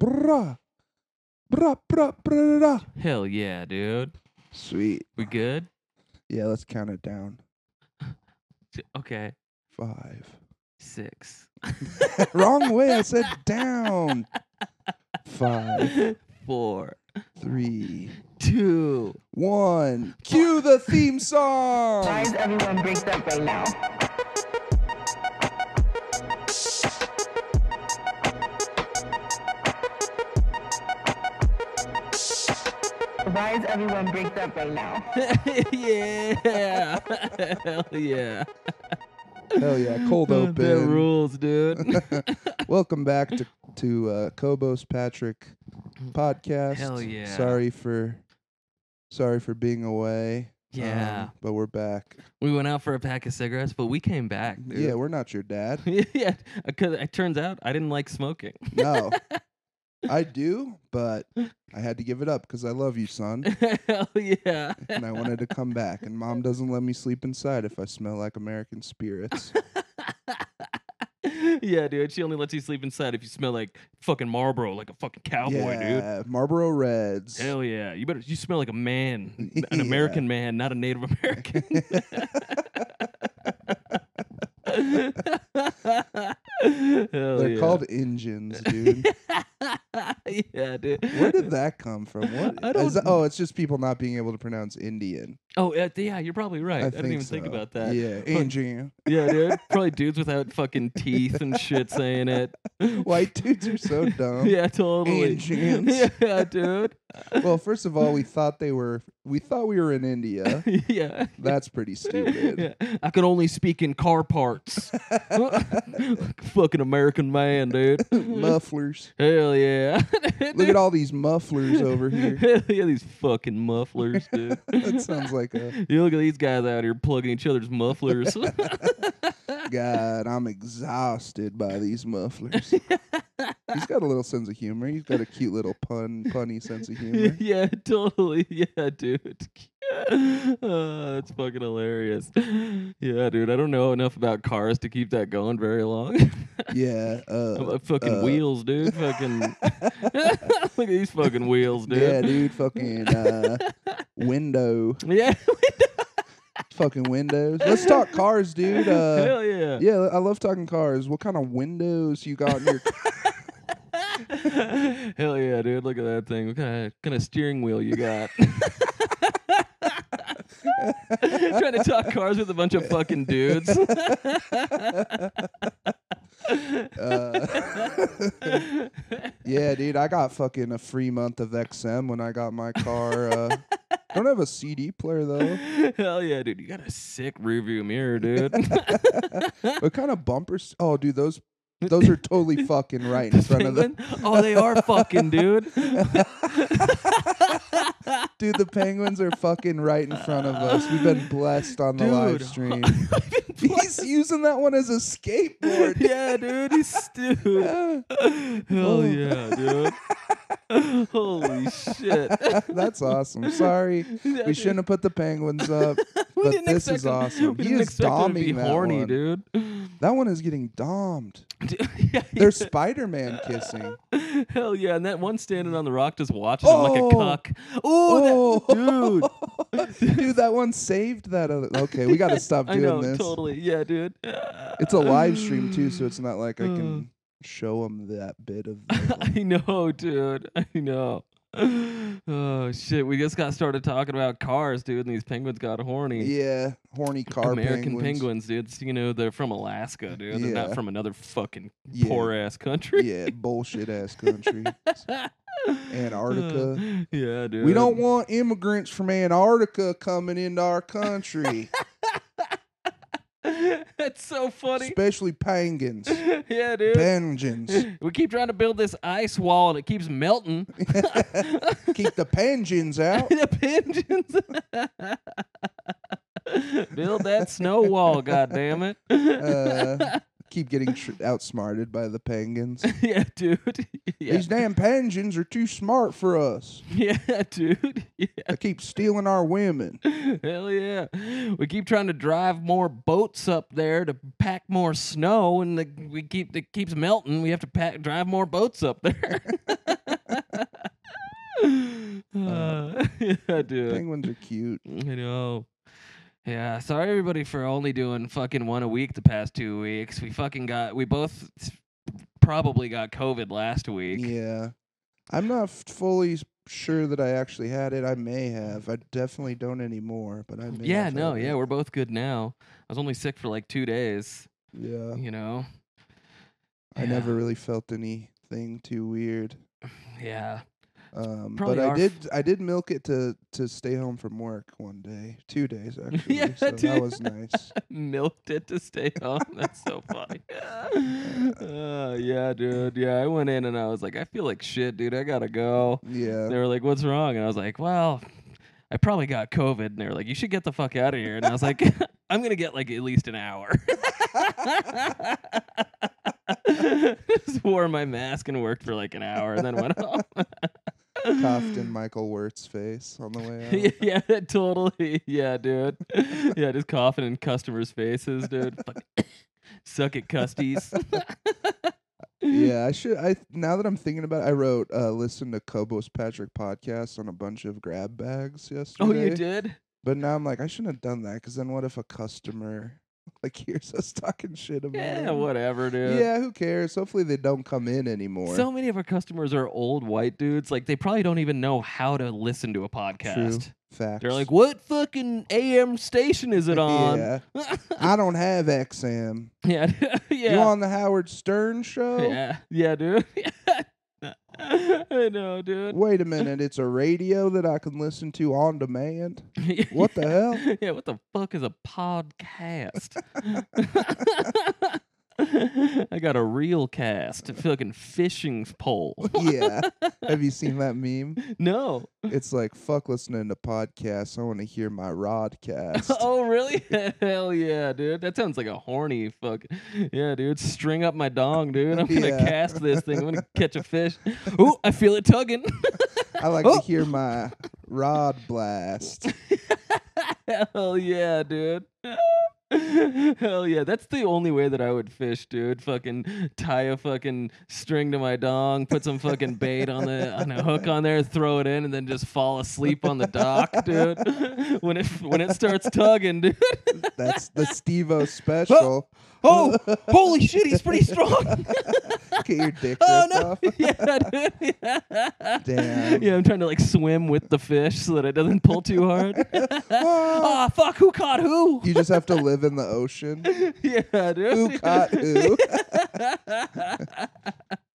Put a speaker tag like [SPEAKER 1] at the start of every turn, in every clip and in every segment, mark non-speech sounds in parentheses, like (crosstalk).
[SPEAKER 1] Bruh. Bruh, bruh, bruh, bruh.
[SPEAKER 2] Hell yeah, dude.
[SPEAKER 1] Sweet.
[SPEAKER 2] We good?
[SPEAKER 1] Yeah, let's count it down.
[SPEAKER 2] T- Okay.
[SPEAKER 1] Five. Oh,
[SPEAKER 2] Six.
[SPEAKER 1] Wrong way. I said down. Five,
[SPEAKER 2] Four.
[SPEAKER 1] three,
[SPEAKER 2] Two.
[SPEAKER 1] one. Cue the theme
[SPEAKER 3] Why
[SPEAKER 1] song.
[SPEAKER 3] is everyone bricked up right now? Why is everyone bricked up right now?
[SPEAKER 2] yeah. (laughs) Hell yeah.
[SPEAKER 1] Hell yeah, cold
[SPEAKER 2] That
[SPEAKER 1] open.
[SPEAKER 2] rules, dude.
[SPEAKER 1] Welcome back to to uh, Kobos Patrick podcast.
[SPEAKER 2] Hell yeah.
[SPEAKER 1] Sorry for sorry for being away.
[SPEAKER 2] yeah.
[SPEAKER 1] um, but we're back.
[SPEAKER 2] we went out for a pack of cigarettes, but we came back,
[SPEAKER 1] Yeah,
[SPEAKER 2] dude.
[SPEAKER 1] we're not your dad.
[SPEAKER 2] Yeah. (laughs) yeah. Because it turns out I didn't like smoking. (laughs)
[SPEAKER 1] No. I do, but I had to give it up because I love you, son.
[SPEAKER 2] Hell yeah. (laughs)
[SPEAKER 1] and I wanted to come back. And mom doesn't let me sleep inside if I smell like American
[SPEAKER 2] (laughs)
[SPEAKER 1] spirits.
[SPEAKER 2] yeah, dude. She only lets you sleep inside if you smell like fucking Marlboro, like a fucking cowboy, Oh, dude.
[SPEAKER 1] yeah, Marlboro Reds.
[SPEAKER 2] Hell yeah. You better. You smell like a
[SPEAKER 1] (laughs)
[SPEAKER 2] man, n- an
[SPEAKER 1] Yeah.
[SPEAKER 2] American man, not a Native
[SPEAKER 1] (laughs)
[SPEAKER 2] American. Hell
[SPEAKER 1] They're
[SPEAKER 2] yeah.
[SPEAKER 1] called engines, dude.
[SPEAKER 2] (laughs) yeah, dude.
[SPEAKER 1] Where did that come from? What?
[SPEAKER 2] I don't
[SPEAKER 1] is that- oh, it's just people not being able to pronounce Indian.
[SPEAKER 2] Oh, uh, yeah. You're probably right. I, didn't even think
[SPEAKER 1] so.
[SPEAKER 2] about that. (laughs)
[SPEAKER 1] Yeah, Indian.
[SPEAKER 2] Yeah,
[SPEAKER 1] (laughs)
[SPEAKER 2] dude. Probably dudes without fucking teeth and shit saying it.
[SPEAKER 1] White dudes are so dumb.
[SPEAKER 2] (laughs) yeah, totally.
[SPEAKER 1] Asians.
[SPEAKER 2] (laughs) Yeah, dude.
[SPEAKER 1] Well, first of
[SPEAKER 2] (laughs)
[SPEAKER 1] all, we thought they were. We thought we were in India.
[SPEAKER 2] yeah.
[SPEAKER 1] That's pretty stupid.
[SPEAKER 2] Yeah. I can only speak in car
[SPEAKER 1] (laughs)
[SPEAKER 2] parts. (laughs) Fucking American man, dude.
[SPEAKER 1] (laughs) mufflers.
[SPEAKER 2] Hell yeah. (laughs)
[SPEAKER 1] Look at all these mufflers over here.
[SPEAKER 2] Hell yeah, these fucking mufflers,
[SPEAKER 1] (laughs)
[SPEAKER 2] dude.
[SPEAKER 1] that sounds like
[SPEAKER 2] (laughs)
[SPEAKER 1] a
[SPEAKER 2] You look at these guys out here plugging each other's mufflers.
[SPEAKER 1] (laughs) God. I'm exhausted by these mufflers. He's got a little sense of humor. He's got a cute little pun, punny sense of humor.
[SPEAKER 2] (laughs) yeah, totally. Yeah, dude. (laughs) Uh, that's fucking hilarious. Yeah, dude. I don't know enough about cars to keep that going very long. (laughs)
[SPEAKER 1] Yeah.
[SPEAKER 2] I'm
[SPEAKER 1] Uh,
[SPEAKER 2] like, fucking
[SPEAKER 1] uh,
[SPEAKER 2] wheels, dude.
[SPEAKER 1] (laughs)
[SPEAKER 2] Fucking (laughs) look at these fucking wheels, dude.
[SPEAKER 1] yeah, dude. Fucking uh, window.
[SPEAKER 2] (laughs) Yeah.
[SPEAKER 1] Fucking windows. Let's talk cars, dude. Uh,
[SPEAKER 2] (laughs) Hell yeah.
[SPEAKER 1] yeah, I love talking cars. What kind of windows you got in your
[SPEAKER 2] (laughs) Hell yeah, dude. Look at that thing. What kind of kind of steering wheel you got? (laughs) Trying to talk cars with a bunch of fucking dudes. (laughs) (laughs)
[SPEAKER 1] Uh, yeah, dude, I got fucking a free month of XM when I got my car.
[SPEAKER 2] (laughs)
[SPEAKER 1] Uh, don't have a CD player though.
[SPEAKER 2] Hell yeah, dude. You got a sick rearview mirror, dude.
[SPEAKER 1] What kind of bumpers? Oh, dude, those those are totally
[SPEAKER 2] (laughs)
[SPEAKER 1] fucking right (laughs) in front of the
[SPEAKER 2] Penguin? Oh, they are
[SPEAKER 1] (laughs)
[SPEAKER 2] fucking, dude.
[SPEAKER 1] dude. The penguins are fucking right in front of us. We've been blessed on the live
[SPEAKER 2] Dude. (laughs)
[SPEAKER 1] stream. (laughs) He's using that one as a skateboard.
[SPEAKER 2] (laughs) yeah, dude.
[SPEAKER 1] (laughs)
[SPEAKER 2] He's stupid.
[SPEAKER 1] Yeah. Oh.
[SPEAKER 2] Hell yeah,
[SPEAKER 1] (laughs)
[SPEAKER 2] dude. Holy shit.
[SPEAKER 1] That's awesome. Sorry, we shouldn't have put the penguins up.
[SPEAKER 2] (laughs) We
[SPEAKER 1] but
[SPEAKER 2] didn't
[SPEAKER 1] this
[SPEAKER 2] expect
[SPEAKER 1] is
[SPEAKER 2] him-
[SPEAKER 1] awesome.
[SPEAKER 2] We
[SPEAKER 1] He
[SPEAKER 2] didn't
[SPEAKER 1] is
[SPEAKER 2] expect him to be
[SPEAKER 1] doming that
[SPEAKER 2] horny,
[SPEAKER 1] one.
[SPEAKER 2] dude.
[SPEAKER 1] That one is getting domed.
[SPEAKER 2] (laughs) Yeah, he-
[SPEAKER 1] They're Spider Man kissing.
[SPEAKER 2] Hell yeah! And that one standing on the rock just watching him
[SPEAKER 1] Oh.
[SPEAKER 2] like a cuck. Oh, that, dude.
[SPEAKER 1] dude. dude, that one saved that other. Okay, we got to stop
[SPEAKER 2] (laughs) (laughs) I
[SPEAKER 1] doing
[SPEAKER 2] know,
[SPEAKER 1] this.
[SPEAKER 2] totally. Yeah, dude.
[SPEAKER 1] It's a live stream too, so it's not like I
[SPEAKER 2] Mm.
[SPEAKER 1] can show them that bit of. The,
[SPEAKER 2] (laughs) I know, dude. I know. Oh shit! We just got started talking about cars, dude, and these penguins got horny.
[SPEAKER 1] yeah, horny car (laughs)
[SPEAKER 2] American
[SPEAKER 1] penguins.
[SPEAKER 2] penguins. dude. It's, you know they're from Alaska, dude. They're
[SPEAKER 1] Yeah.
[SPEAKER 2] not from another fucking
[SPEAKER 1] Yeah.
[SPEAKER 2] poor ass country.
[SPEAKER 1] yeah, bullshit ass
[SPEAKER 2] (laughs)
[SPEAKER 1] country. Antarctica.
[SPEAKER 2] yeah, Uh, dude.
[SPEAKER 1] We don't want immigrants from Antarctica coming into our
[SPEAKER 2] (laughs)
[SPEAKER 1] country,
[SPEAKER 2] (laughs) That's so funny.
[SPEAKER 1] especially penguins.
[SPEAKER 2] yeah, (laughs) dude.
[SPEAKER 1] Penguins.
[SPEAKER 2] (laughs) we keep trying to build this ice wall and it keeps melting.
[SPEAKER 1] Keep
[SPEAKER 2] (laughs)
[SPEAKER 1] the penguins out.
[SPEAKER 2] the pigeons. (laughs) build that snow wall, god damn it.
[SPEAKER 1] Uh, keep getting tr- outsmarted by the penguins.
[SPEAKER 2] (laughs) yeah, dude. (laughs) Yeah,
[SPEAKER 1] These damn penguins are too smart for us.
[SPEAKER 2] yeah dude. (laughs) Yeah.
[SPEAKER 1] They keep stealing our women.
[SPEAKER 2] Hell yeah. We keep trying to drive more boats up there to pack more snow and the, we keep it keeps melting. We have to pack drive more boats up there. (laughs) (laughs) yeah, dude.
[SPEAKER 1] Penguins are cute.
[SPEAKER 2] I know. Yeah, sorry everybody for only doing fucking one a week the past two weeks. We fucking got, we both s- probably got COVID last week.
[SPEAKER 1] Yeah. I'm not f- fully s- sure that I actually had it. I may have. I definitely don't anymore, but I may
[SPEAKER 2] Yeah,
[SPEAKER 1] have
[SPEAKER 2] no,
[SPEAKER 1] had
[SPEAKER 2] yeah,
[SPEAKER 1] it.
[SPEAKER 2] we're both good now. I was only sick for like two days,
[SPEAKER 1] Yeah.
[SPEAKER 2] you know?
[SPEAKER 1] I
[SPEAKER 2] Yeah.
[SPEAKER 1] never really felt anything too weird.
[SPEAKER 2] Yeah. (laughs)
[SPEAKER 1] Um, but
[SPEAKER 2] probably
[SPEAKER 1] I
[SPEAKER 2] our
[SPEAKER 1] did
[SPEAKER 2] f-
[SPEAKER 1] I did milk it to to stay home from work one day, two days actually.
[SPEAKER 2] (laughs) Yeah,
[SPEAKER 1] so that
[SPEAKER 2] dude.
[SPEAKER 1] was
[SPEAKER 2] (laughs)
[SPEAKER 1] nice.
[SPEAKER 2] milked it to stay home. That's so funny. uh, yeah, dude. Yeah, I went in and I was like, I feel like shit, dude. I gotta go.
[SPEAKER 1] Yeah,
[SPEAKER 2] They were like, What's wrong? And I was like, Well, I probably got COVID. And they were like, You should get the fuck out of here. And I was like, (laughs) I'm gonna get like at least an hour. (laughs) Just wore my mask and worked for like an hour and then went home.
[SPEAKER 1] coughed
[SPEAKER 2] (laughs)
[SPEAKER 1] in Michael Wirt's face on the way out.
[SPEAKER 2] yeah, yeah, (laughs) that totally. Yeah, dude. Yeah, just coughing in customers' faces, dude. Fuck. (coughs) Suck it, (laughs) custies. Mm-hmm.
[SPEAKER 1] Yeah, I should. I now that I'm thinking about, it, I wrote uh, listen to Kobo's Patrick podcast on a bunch of grab bags yesterday.
[SPEAKER 2] oh, you did?
[SPEAKER 1] But now I'm like, I shouldn't have done that because then what if a customer (laughs) like hears us (laughs) talking shit about?
[SPEAKER 2] Yeah,
[SPEAKER 1] him?
[SPEAKER 2] whatever, dude.
[SPEAKER 1] Yeah, who cares? Hopefully they don't come in anymore.
[SPEAKER 2] So many of our customers are old white dudes. Like, they probably don't even know how to listen to a podcast.
[SPEAKER 1] Facts.
[SPEAKER 2] They're like, what fucking AM station is it on? (laughs)
[SPEAKER 1] Yeah,
[SPEAKER 2] Yeah.
[SPEAKER 1] I don't have XM.
[SPEAKER 2] yeah. (laughs)
[SPEAKER 1] You on the Howard Stern show?
[SPEAKER 2] yeah. Yeah, dude. (laughs) I know, dude.
[SPEAKER 1] Wait a
[SPEAKER 2] (laughs)
[SPEAKER 1] minute, it's a radio that I can listen to on demand. What the
[SPEAKER 2] (laughs)
[SPEAKER 1] hell?
[SPEAKER 2] Yeah, what the fuck is a
[SPEAKER 1] (laughs)
[SPEAKER 2] podcast? (laughs) I got a real cast, a fucking fishing pole. (laughs)
[SPEAKER 1] yeah. Have you seen that meme?
[SPEAKER 2] No.
[SPEAKER 1] It's like fuck listening to podcasts. I want to hear my rodcast.
[SPEAKER 2] (laughs) Oh, really? Hell yeah, dude. That sounds like a horny fuck. Yeah, dude. String up my dong, dude. I'm going to
[SPEAKER 1] Yeah.
[SPEAKER 2] cast this thing. I'm going to catch a fish. Ooh, I feel it tugging. (laughs)
[SPEAKER 1] I like
[SPEAKER 2] Oh.
[SPEAKER 1] to hear my rod blast.
[SPEAKER 2] Hell yeah, dude. (laughs) Hell yeah. That's the only way that I would fish, dude. Fucking tie a fucking string to my dong, put some fucking bait on the on a hook on there, throw it in, and then just fall asleep on the dock, dude. (laughs) when it when it starts tugging, dude. (laughs)
[SPEAKER 1] That's the Stevo special.
[SPEAKER 2] Oh, holy shit, he's pretty strong.
[SPEAKER 1] Get your dick ripped
[SPEAKER 2] oh no.
[SPEAKER 1] off.
[SPEAKER 2] yeah, dude. (laughs) Yeah.
[SPEAKER 1] (laughs) Damn.
[SPEAKER 2] (laughs) Yeah, I'm trying to like swim with the fish so that it doesn't pull too (laughs) hard. Ah, fuck, who caught who?
[SPEAKER 1] You just have to live in the ocean.
[SPEAKER 2] (laughs) yeah, dude.
[SPEAKER 1] Who caught who? (laughs)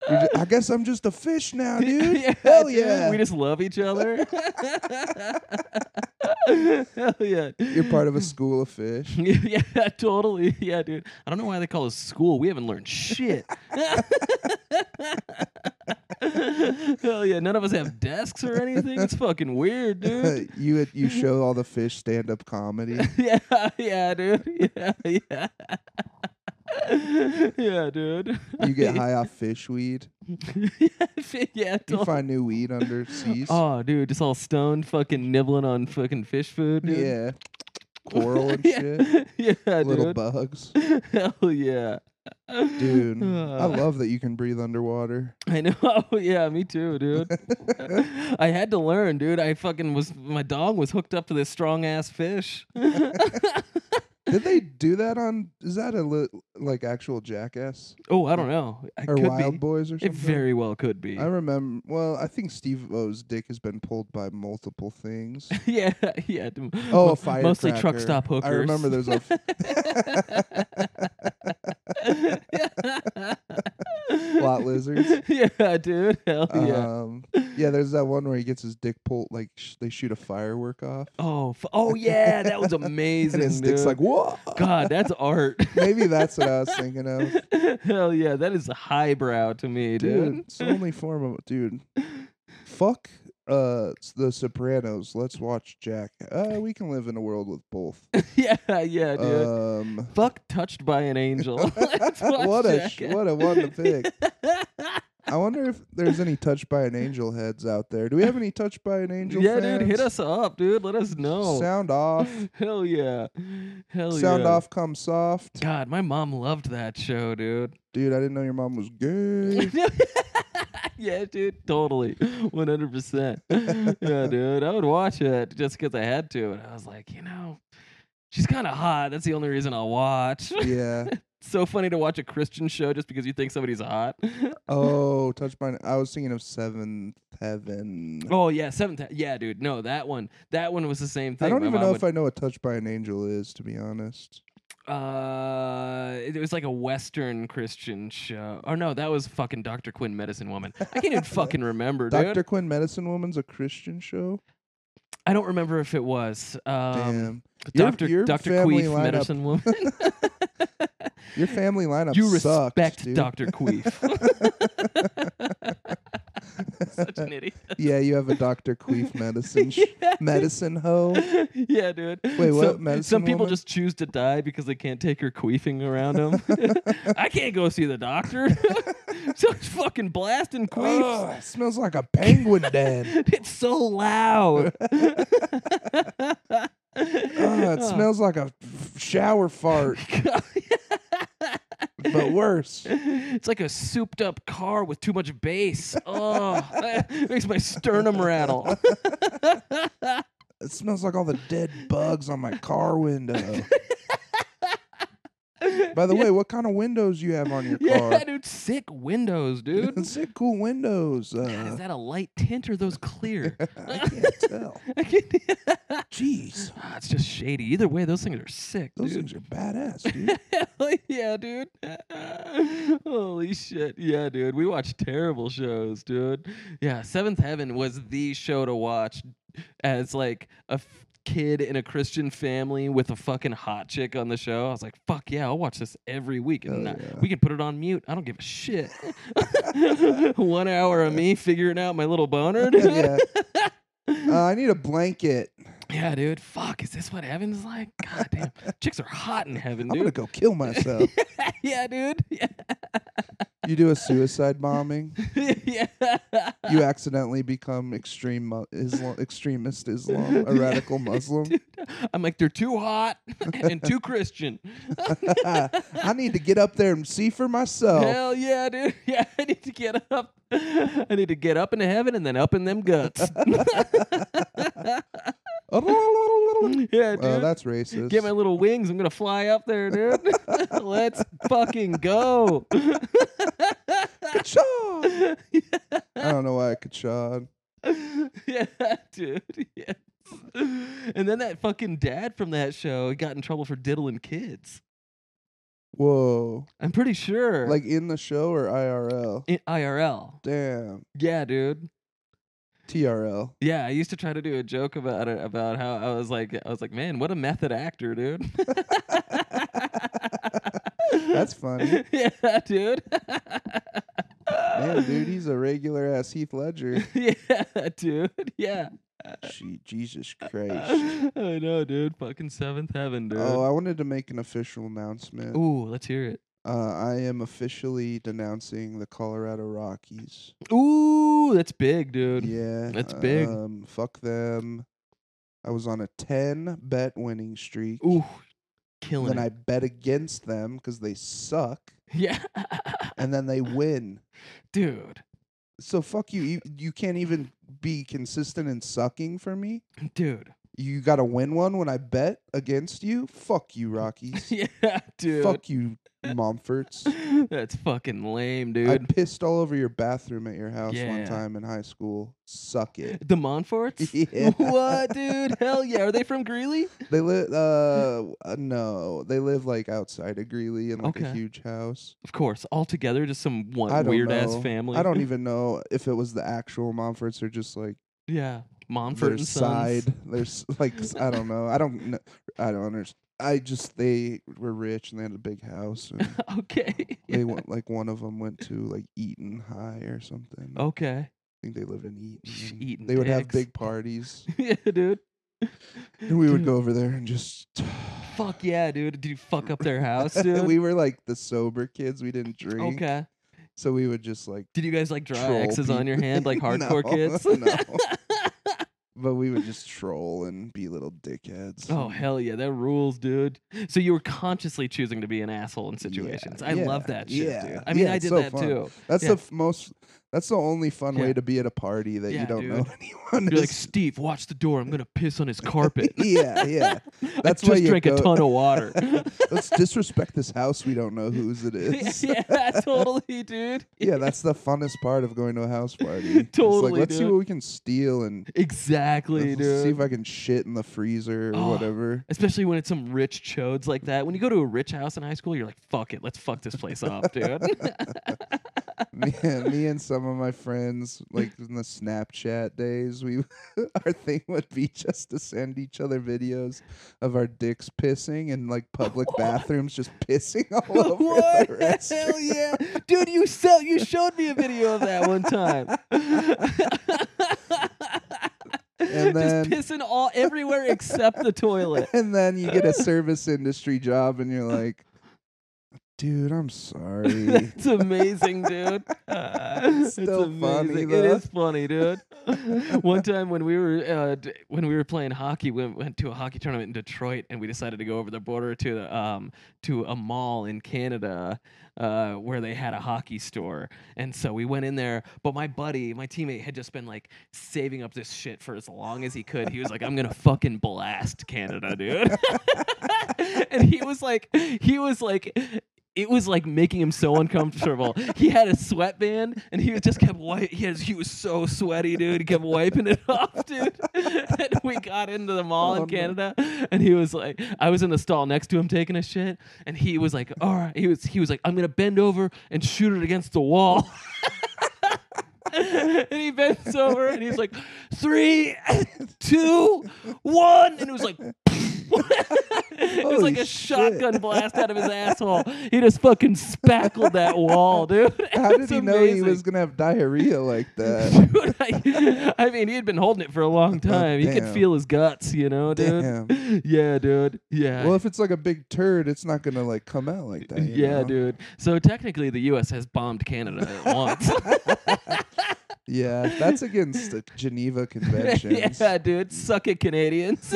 [SPEAKER 1] You're ju- I guess I'm just a fish
[SPEAKER 2] (laughs)
[SPEAKER 1] now, dude.
[SPEAKER 2] (laughs) yeah,
[SPEAKER 1] Hell
[SPEAKER 2] dude,
[SPEAKER 1] yeah.
[SPEAKER 2] We just love each other. (laughs) Hell yeah. (laughs)
[SPEAKER 1] You're part of a school of fish.
[SPEAKER 2] yeah, totally. Yeah, dude. I don't know why they call us school. We haven't learned (laughs) shit. Hell yeah. None of us have desks or anything. It's fucking weird, dude.
[SPEAKER 1] (laughs) you you show all the fish stand up
[SPEAKER 2] (laughs)
[SPEAKER 1] comedy.
[SPEAKER 2] yeah, yeah, dude. (laughs) Yeah, yeah. yeah, dude. (laughs)
[SPEAKER 1] You get high off fish weed.
[SPEAKER 2] yeah, yeah,
[SPEAKER 1] You
[SPEAKER 2] (laughs) totally.
[SPEAKER 1] find new weed under seas.
[SPEAKER 2] Oh, dude, just all stoned, fucking nibbling on fucking fish food, dude. (laughs)
[SPEAKER 1] yeah. Coral and
[SPEAKER 2] yeah,
[SPEAKER 1] shit.
[SPEAKER 2] Yeah,
[SPEAKER 1] Little
[SPEAKER 2] (laughs) dude.
[SPEAKER 1] bugs.
[SPEAKER 2] (laughs) Hell yeah.
[SPEAKER 1] Dude, I
[SPEAKER 2] Uh,
[SPEAKER 1] love that you can breathe underwater.
[SPEAKER 2] (laughs) I know. (laughs) Oh, yeah, me
[SPEAKER 1] (laughs)
[SPEAKER 2] too, dude. I had to learn, dude. I fucking was my dog was hooked up to this strong ass fish. (laughs)
[SPEAKER 1] Did they do that on? Is that a li- like actual Jackass
[SPEAKER 2] oh, I don't know. I
[SPEAKER 1] or
[SPEAKER 2] could
[SPEAKER 1] Wild
[SPEAKER 2] be.
[SPEAKER 1] Boys or
[SPEAKER 2] It
[SPEAKER 1] something?
[SPEAKER 2] very well could be.
[SPEAKER 1] I remember. Well, I think Steve O's dick has been pulled by multiple
[SPEAKER 2] (laughs)
[SPEAKER 1] things.
[SPEAKER 2] yeah, yeah. d-
[SPEAKER 1] Oh,
[SPEAKER 2] mo-
[SPEAKER 1] a fire.
[SPEAKER 2] Mostly truck stop
[SPEAKER 1] I
[SPEAKER 2] hookers.
[SPEAKER 1] remember there's a.
[SPEAKER 2] (laughs)
[SPEAKER 1] F-
[SPEAKER 2] (laughs)
[SPEAKER 1] Lot lizards.
[SPEAKER 2] yeah, dude. Hell (laughs) yeah.
[SPEAKER 1] Um, yeah, there's that one where he gets his dick pulled. Like sh- they shoot a firework off,
[SPEAKER 2] Oh, f- oh yeah, that was amazing.
[SPEAKER 1] (laughs) and his dick's
[SPEAKER 2] dude.
[SPEAKER 1] like, "Whoa!" (laughs)
[SPEAKER 2] God, that's art.
[SPEAKER 1] Maybe that's what I was thinking of.
[SPEAKER 2] (laughs) Hell yeah, that is highbrow to me,
[SPEAKER 1] dude.
[SPEAKER 2] dude.
[SPEAKER 1] It's the only form of dude. Fuck uh s- the Sopranos. Let's watch Jack. Uh, we can live in a world with both.
[SPEAKER 2] (laughs) (laughs) yeah, yeah, dude.
[SPEAKER 1] Um,
[SPEAKER 2] Fuck, touched by
[SPEAKER 1] (laughs)
[SPEAKER 2] an angel. (laughs) Let's watch
[SPEAKER 1] what a sh-
[SPEAKER 2] Jackass.
[SPEAKER 1] what a one to
[SPEAKER 2] (laughs)
[SPEAKER 1] pick. I wonder if there's any touched by an angel heads out there. Do we have any touched by an angel?
[SPEAKER 2] yeah, dude, hit
[SPEAKER 1] fans?
[SPEAKER 2] us up, dude. Let us know.
[SPEAKER 1] Sound off.
[SPEAKER 2] Hell yeah, hell yeah.
[SPEAKER 1] Sound off. Come soft,
[SPEAKER 2] God, my mom loved that show, dude. (laughs)
[SPEAKER 1] dude. I didn't know your mom was gay.
[SPEAKER 2] yeah, dude, totally, one hundred percent. Yeah, dude, I would watch it just because I had to, and I was like, you know, she's kind of hot. That's the only reason I'll watch. (laughs)
[SPEAKER 1] yeah.
[SPEAKER 2] so funny to watch a Christian show just because you think somebody's hot. (laughs)
[SPEAKER 1] Oh, touch by. I was thinking of Seventh Heaven.
[SPEAKER 2] oh yeah, seventh. He- Yeah, dude, no, that one, that one was the same thing.
[SPEAKER 1] I don't
[SPEAKER 2] My
[SPEAKER 1] even
[SPEAKER 2] mom
[SPEAKER 1] know
[SPEAKER 2] would-
[SPEAKER 1] if I know what Touched by an Angel is, to be honest.
[SPEAKER 2] Uh, it it was like a Western Christian show. Or no, that was fucking Dr. Quinn Medicine Woman. I
[SPEAKER 1] (laughs)
[SPEAKER 2] can't even fucking remember, dude.
[SPEAKER 1] Dr. Quinn Medicine Woman's a Christian show?
[SPEAKER 2] I don't remember if it was. Um,
[SPEAKER 1] Damn. Your-
[SPEAKER 2] Dr.
[SPEAKER 1] your
[SPEAKER 2] Dr.
[SPEAKER 1] family (laughs)
[SPEAKER 2] Queef
[SPEAKER 1] lineup-
[SPEAKER 2] Medicine Woman.
[SPEAKER 1] Your family lineup
[SPEAKER 2] you
[SPEAKER 1] sucks,
[SPEAKER 2] respect
[SPEAKER 1] dude. (laughs)
[SPEAKER 2] Dr. Queef. (laughs) Such an idiot.
[SPEAKER 1] Yeah, you have a Dr.
[SPEAKER 2] (laughs)
[SPEAKER 1] Queef medicine sh-
[SPEAKER 2] Yeah.
[SPEAKER 1] medicine hoe.
[SPEAKER 2] (laughs) yeah, dude.
[SPEAKER 1] Wait, what?
[SPEAKER 2] some
[SPEAKER 1] Medicine
[SPEAKER 2] people
[SPEAKER 1] Woman?
[SPEAKER 2] just choose to die because they can't take her queefing around them. (laughs) I can't go see the doctor. (laughs) so it's fucking blasting queefs.
[SPEAKER 1] Ugh, Oh, it smells like a penguin den.
[SPEAKER 2] It's so loud.
[SPEAKER 1] Ugh,
[SPEAKER 2] (laughs)
[SPEAKER 1] Oh,
[SPEAKER 2] (laughs) Oh.
[SPEAKER 1] it smells like a f- shower fart, but worse.
[SPEAKER 2] it's like a souped up car with too much
[SPEAKER 1] (laughs)
[SPEAKER 2] bass. Oh, it (laughs) makes my sternum rattle.
[SPEAKER 1] It smells like all the dead bugs on my car window. By
[SPEAKER 2] (laughs)
[SPEAKER 1] the way, what kind of windows you have on your
[SPEAKER 2] yeah,
[SPEAKER 1] car?
[SPEAKER 2] dude, sick windows,
[SPEAKER 1] (laughs)
[SPEAKER 2] dude.
[SPEAKER 1] Sick cool windows.
[SPEAKER 2] God, is
[SPEAKER 1] Uh,
[SPEAKER 2] that a light tint or are those
[SPEAKER 1] (laughs)
[SPEAKER 2] clear? (laughs)
[SPEAKER 1] I can't tell.
[SPEAKER 2] I can't-
[SPEAKER 1] (laughs) Jeez,
[SPEAKER 2] Ah, it's just shady. Either way, those things are sick,
[SPEAKER 1] those
[SPEAKER 2] dude.
[SPEAKER 1] things are badass, dude.
[SPEAKER 2] (laughs) Hell yeah, dude. (laughs) Holy shit. Yeah, dude. We watched terrible shows, dude. Yeah, Seventh Heaven was the show to watch as like a f- kid in a Christian family with a fucking hot chick on the show. I was like, fuck yeah, I'll watch this every week. And
[SPEAKER 1] Hell
[SPEAKER 2] not-
[SPEAKER 1] yeah.
[SPEAKER 2] we can put it on mute. I don't give
[SPEAKER 1] (laughs)
[SPEAKER 2] a shit. (laughs) One hour of me figuring out my little boner.
[SPEAKER 1] (laughs)
[SPEAKER 2] dude.
[SPEAKER 1] yeah. Uh, I need a blanket.
[SPEAKER 2] Yeah, dude. Fuck, is this what heaven's like? God
[SPEAKER 1] (laughs)
[SPEAKER 2] damn. Chicks are hot in heaven,
[SPEAKER 1] I'm gonna
[SPEAKER 2] dude.
[SPEAKER 1] go kill myself.
[SPEAKER 2] (laughs) yeah, dude. Yeah.
[SPEAKER 1] you
[SPEAKER 2] (laughs)
[SPEAKER 1] do a suicide bombing.
[SPEAKER 2] yeah. (laughs)
[SPEAKER 1] You accidentally become extreme mu- Islam, extremist Islam,
[SPEAKER 2] (laughs)
[SPEAKER 1] a radical Muslim.
[SPEAKER 2] Dude, I'm like, they're too hot (laughs) and too Christian. (laughs)
[SPEAKER 1] Oh. I need to get up there and see for (laughs) myself.
[SPEAKER 2] Hell yeah, dude. (laughs) Yeah, I need to get up. I need to get up into heaven and then up in them guts. (laughs) yeah, dude.
[SPEAKER 1] Oh, that's racist. (laughs)
[SPEAKER 2] Get my little wings. I'm going to fly up there, dude. (laughs) Let's fucking go. (laughs)
[SPEAKER 1] (laughs) Ka-cha! I don't know why I could shod.
[SPEAKER 2] (laughs) yeah, dude. (laughs) Yes. And then that fucking dad from that show he got in trouble for diddling kids.
[SPEAKER 1] Whoa.
[SPEAKER 2] I'm pretty sure.
[SPEAKER 1] Like in the show or IRL?
[SPEAKER 2] I- IRL.
[SPEAKER 1] Damn.
[SPEAKER 2] Yeah, dude.
[SPEAKER 1] TRL.
[SPEAKER 2] Yeah, I used to try to do a joke about it about how I was like I was like, man, what a method actor, dude. (laughs)
[SPEAKER 1] That's
[SPEAKER 2] (laughs)
[SPEAKER 1] funny.
[SPEAKER 2] yeah, dude.
[SPEAKER 1] Man, dude, he's a regular ass Heath
[SPEAKER 2] (laughs)
[SPEAKER 1] Ledger.
[SPEAKER 2] yeah, dude. Yeah.
[SPEAKER 1] Gee,
[SPEAKER 2] (laughs)
[SPEAKER 1] Jesus Christ.
[SPEAKER 2] I know, dude. Fucking seventh heaven, dude.
[SPEAKER 1] Oh, I wanted to make an official announcement.
[SPEAKER 2] Ooh, let's hear it.
[SPEAKER 1] Uh, I am officially denouncing the Colorado Rockies.
[SPEAKER 2] Ooh, that's big, dude.
[SPEAKER 1] Yeah.
[SPEAKER 2] that's big.
[SPEAKER 1] Um, fuck them. I was on a 10 bet winning streak.
[SPEAKER 2] Ooh, killing
[SPEAKER 1] Then
[SPEAKER 2] it.
[SPEAKER 1] I bet against them because they suck.
[SPEAKER 2] (laughs) yeah,
[SPEAKER 1] And then they win.
[SPEAKER 2] dude,
[SPEAKER 1] So fuck you. You, you can't even be consistent in sucking for me.
[SPEAKER 2] dude. (laughs)
[SPEAKER 1] You got to win one when I bet against you. Fuck
[SPEAKER 2] (laughs)
[SPEAKER 1] you, Rockies.
[SPEAKER 2] Yeah, dude.
[SPEAKER 1] Fuck you, Momforts.
[SPEAKER 2] (laughs) That's fucking lame,
[SPEAKER 1] I
[SPEAKER 2] dude.
[SPEAKER 1] pissed all over your bathroom at your house
[SPEAKER 2] Yeah.
[SPEAKER 1] one time in high school. Suck
[SPEAKER 2] (laughs)
[SPEAKER 1] it. (laughs)
[SPEAKER 2] The Monforts?
[SPEAKER 1] Yeah.
[SPEAKER 2] (laughs) What, dude? Hell yeah. Are they from Greeley?
[SPEAKER 1] They
[SPEAKER 2] (laughs)
[SPEAKER 1] live. Uh, uh, no, they live like outside of Greeley in like a
[SPEAKER 2] Okay.
[SPEAKER 1] huge house.
[SPEAKER 2] Of course. All together, just some
[SPEAKER 1] I
[SPEAKER 2] one
[SPEAKER 1] don't
[SPEAKER 2] weird ass
[SPEAKER 1] know.
[SPEAKER 2] family.
[SPEAKER 1] I
[SPEAKER 2] (laughs)
[SPEAKER 1] don't even know if it was the actual Momforts or just like
[SPEAKER 2] Yeah. Monfort
[SPEAKER 1] their
[SPEAKER 2] and
[SPEAKER 1] side.
[SPEAKER 2] Sons.
[SPEAKER 1] There's like s- (laughs) I don't know. I don't. kn- I don't understand. I just they were rich and they had a big house.
[SPEAKER 2] (laughs)
[SPEAKER 1] And
[SPEAKER 2] (laughs) okay.
[SPEAKER 1] They went like one of them went to like Eaton High or something.
[SPEAKER 2] (laughs)
[SPEAKER 1] I
[SPEAKER 2] Okay. (laughs)
[SPEAKER 1] think they lived in Eaton.
[SPEAKER 2] Oh. Sh-
[SPEAKER 1] and
[SPEAKER 2] Eaton
[SPEAKER 1] they would have
[SPEAKER 2] dicks. (laughs)
[SPEAKER 1] big parties,
[SPEAKER 2] yeah, dude.
[SPEAKER 1] and we would
[SPEAKER 2] Dude,
[SPEAKER 1] go over there and just.
[SPEAKER 2] Fuck yeah, dude. Did you fuck
[SPEAKER 1] (laughs)
[SPEAKER 2] up
[SPEAKER 1] (sighs)
[SPEAKER 2] their house, dude?
[SPEAKER 1] we were like the sober kids. We didn't drink,
[SPEAKER 2] okay.
[SPEAKER 1] so we would just like
[SPEAKER 2] Did you guys like draw
[SPEAKER 1] Troll
[SPEAKER 2] X's on your
[SPEAKER 1] people.
[SPEAKER 2] hand
[SPEAKER 1] (laughs)
[SPEAKER 2] like
[SPEAKER 1] No,
[SPEAKER 2] hardcore kids? (laughs)
[SPEAKER 1] no. But we would just troll and be little dickheads.
[SPEAKER 2] (laughs) Oh hell yeah, that rules, dude. So you were consciously choosing to be an asshole in situations. I love
[SPEAKER 1] yeah,
[SPEAKER 2] that shit,
[SPEAKER 1] yeah,
[SPEAKER 2] dude. I mean,
[SPEAKER 1] yeah,
[SPEAKER 2] I
[SPEAKER 1] it's
[SPEAKER 2] did
[SPEAKER 1] so (laughs)
[SPEAKER 2] that
[SPEAKER 1] fun.
[SPEAKER 2] too.
[SPEAKER 1] That's
[SPEAKER 2] yeah.
[SPEAKER 1] the f- most. That's the only fun
[SPEAKER 2] Yeah.
[SPEAKER 1] way to be at a party that
[SPEAKER 2] Yeah,
[SPEAKER 1] you don't
[SPEAKER 2] dude.
[SPEAKER 1] know (laughs) anyone.
[SPEAKER 2] You're like,
[SPEAKER 1] is-
[SPEAKER 2] Steve, watch the door. I'm gonna
[SPEAKER 1] (laughs)
[SPEAKER 2] piss on his carpet. (laughs)
[SPEAKER 1] yeah, yeah. That's
[SPEAKER 2] I
[SPEAKER 1] why
[SPEAKER 2] just
[SPEAKER 1] you
[SPEAKER 2] drink a
[SPEAKER 1] go-
[SPEAKER 2] ton
[SPEAKER 1] (laughs)
[SPEAKER 2] of water.
[SPEAKER 1] Let's disrespect this house. We don't know whose
[SPEAKER 2] (laughs)
[SPEAKER 1] it is.
[SPEAKER 2] yeah, totally, dude.
[SPEAKER 1] (laughs) yeah, that's the funnest part of going to a house
[SPEAKER 2] (laughs)
[SPEAKER 1] party. It's
[SPEAKER 2] Totally,
[SPEAKER 1] like, let's see
[SPEAKER 2] dude.
[SPEAKER 1] what we can steal and
[SPEAKER 2] exactly,
[SPEAKER 1] let's see if
[SPEAKER 2] dude.
[SPEAKER 1] I can shit in the freezer or
[SPEAKER 2] Oh.
[SPEAKER 1] whatever.
[SPEAKER 2] Especially when it's some rich chodes like that. When you go to a rich house in high school, you're like, fuck it, let's fuck this place up, dude.
[SPEAKER 1] me, (laughs) me and some of my friends, like in the Snapchat days, we (laughs) our thing would be just to send each other videos of our dicks pissing and like
[SPEAKER 2] (laughs)
[SPEAKER 1] public bathrooms just pissing (laughs) all over the
[SPEAKER 2] what?
[SPEAKER 1] rest.
[SPEAKER 2] Hell yeah, dude! You sell, You showed me a video of that one time.
[SPEAKER 1] (laughs)
[SPEAKER 2] (laughs)
[SPEAKER 1] And then-
[SPEAKER 2] Just pissing all everywhere except the toilet.
[SPEAKER 1] And then you
[SPEAKER 2] (laughs)
[SPEAKER 1] get a service industry job, and you're like, "Dude, I'm
[SPEAKER 2] (laughs)
[SPEAKER 1] sorry."
[SPEAKER 2] It's
[SPEAKER 1] (laughs)
[SPEAKER 2] amazing, dude. it's
[SPEAKER 1] still funny,
[SPEAKER 2] amazing. It
[SPEAKER 1] though.
[SPEAKER 2] is funny, dude. One time when we were uh, d- when we were playing hockey, we went to a hockey tournament in Detroit, and we decided to go over the border to the um to a mall in Canada uh, where they had a hockey store, and so we went in there. But my buddy, my teammate, had just been like saving up this shit for as long as he could. He was like, "I'm gonna fucking blast Canada, dude." (laughs) and he was like, he was like, it was like making him so uncomfortable. he had a sweatband and he was just kept wipe. He, has, he was so sweaty, dude. He kept wiping it (laughs) off, dude. and we got into the mall
[SPEAKER 1] Oh,
[SPEAKER 2] in
[SPEAKER 1] no.
[SPEAKER 2] Canada, and he was like, I was in the stall next to him taking a shit, and he was like, all right, he was he was like, I'm gonna bend over and shoot it against the wall. (laughs) and he bends over and he's like, three, two, one. And it was like, (laughs) it was
[SPEAKER 1] Holy
[SPEAKER 2] like a
[SPEAKER 1] shit.
[SPEAKER 2] shotgun blast out of his asshole. He just fucking spackled that wall, dude.
[SPEAKER 1] (laughs) How did
[SPEAKER 2] It's
[SPEAKER 1] he know he
[SPEAKER 2] amazing. (laughs)
[SPEAKER 1] was gonna have diarrhea like that?
[SPEAKER 2] Dude, I, I mean, he had been holding it for a long time. he could
[SPEAKER 1] Oh, damn.
[SPEAKER 2] feel his guts, you know, dude. (laughs) Yeah, dude. Yeah.
[SPEAKER 1] Well, if it's like a big turd, it's not gonna like come out like that. you
[SPEAKER 2] yeah,
[SPEAKER 1] know?
[SPEAKER 2] dude. So technically, the U.S. has bombed Canada
[SPEAKER 1] (laughs)
[SPEAKER 2] at once. (laughs)
[SPEAKER 1] Yeah, that's against the
[SPEAKER 2] (laughs)
[SPEAKER 1] Geneva Conventions.
[SPEAKER 2] yeah, dude. Suck it, Canadians.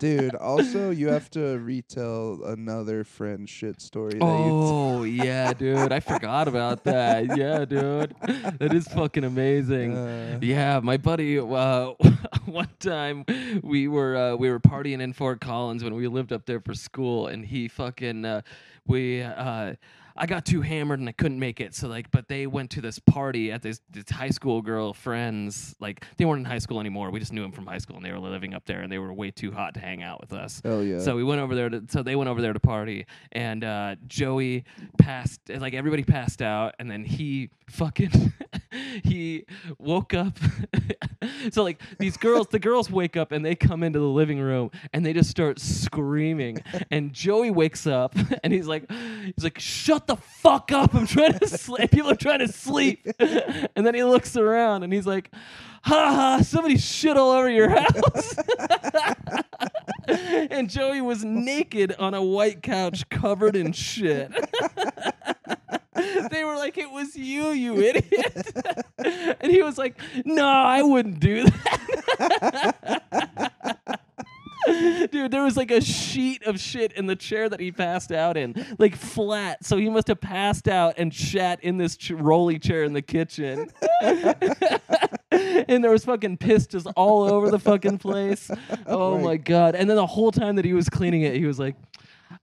[SPEAKER 1] Dude, also you have to retell another friend shit story that you
[SPEAKER 2] Oh yeah, dude. I forgot about that. Yeah, dude. That is fucking amazing.
[SPEAKER 1] Uh.
[SPEAKER 2] yeah, my buddy. Uh, (laughs) one time we were uh, we were partying in Fort Collins when we lived up there for school, and he fucking uh, we. Uh, I got too hammered and I couldn't make it. So like, but they went to this party at this, this high school girl friends. Like they weren't in high school anymore. We just knew them from high school, and they were living up there, and they were way too hot to hang out with us.
[SPEAKER 1] Hell yeah.
[SPEAKER 2] So we went over there. To, so they went over there to party, and uh, Joey passed. Like everybody passed out, and then he fucking (laughs) he woke up. (laughs) so like these girls, the girls wake up and they come into the living room and they just start screaming. And Joey wakes up (laughs) and he's like, he's like, shut the fuck up! I'm trying to sleep. (laughs) People are trying to sleep. (laughs) and then he looks around and he's like, ha ha! Somebody shit all over your (laughs) house. (laughs) and Joey was naked on a white couch covered in shit. (laughs) they were like, "It was you, you idiot," (laughs) and he was like, "No, I wouldn't do that." (laughs) Dude, there was like a sheet of shit in the chair that he passed out in, like flat. So he must have passed out and shat in this ch- rolly chair in the kitchen. (laughs) and there was fucking piss just all over the fucking place. Oh
[SPEAKER 1] my
[SPEAKER 2] my god! And then the whole time that he was cleaning it, he was like,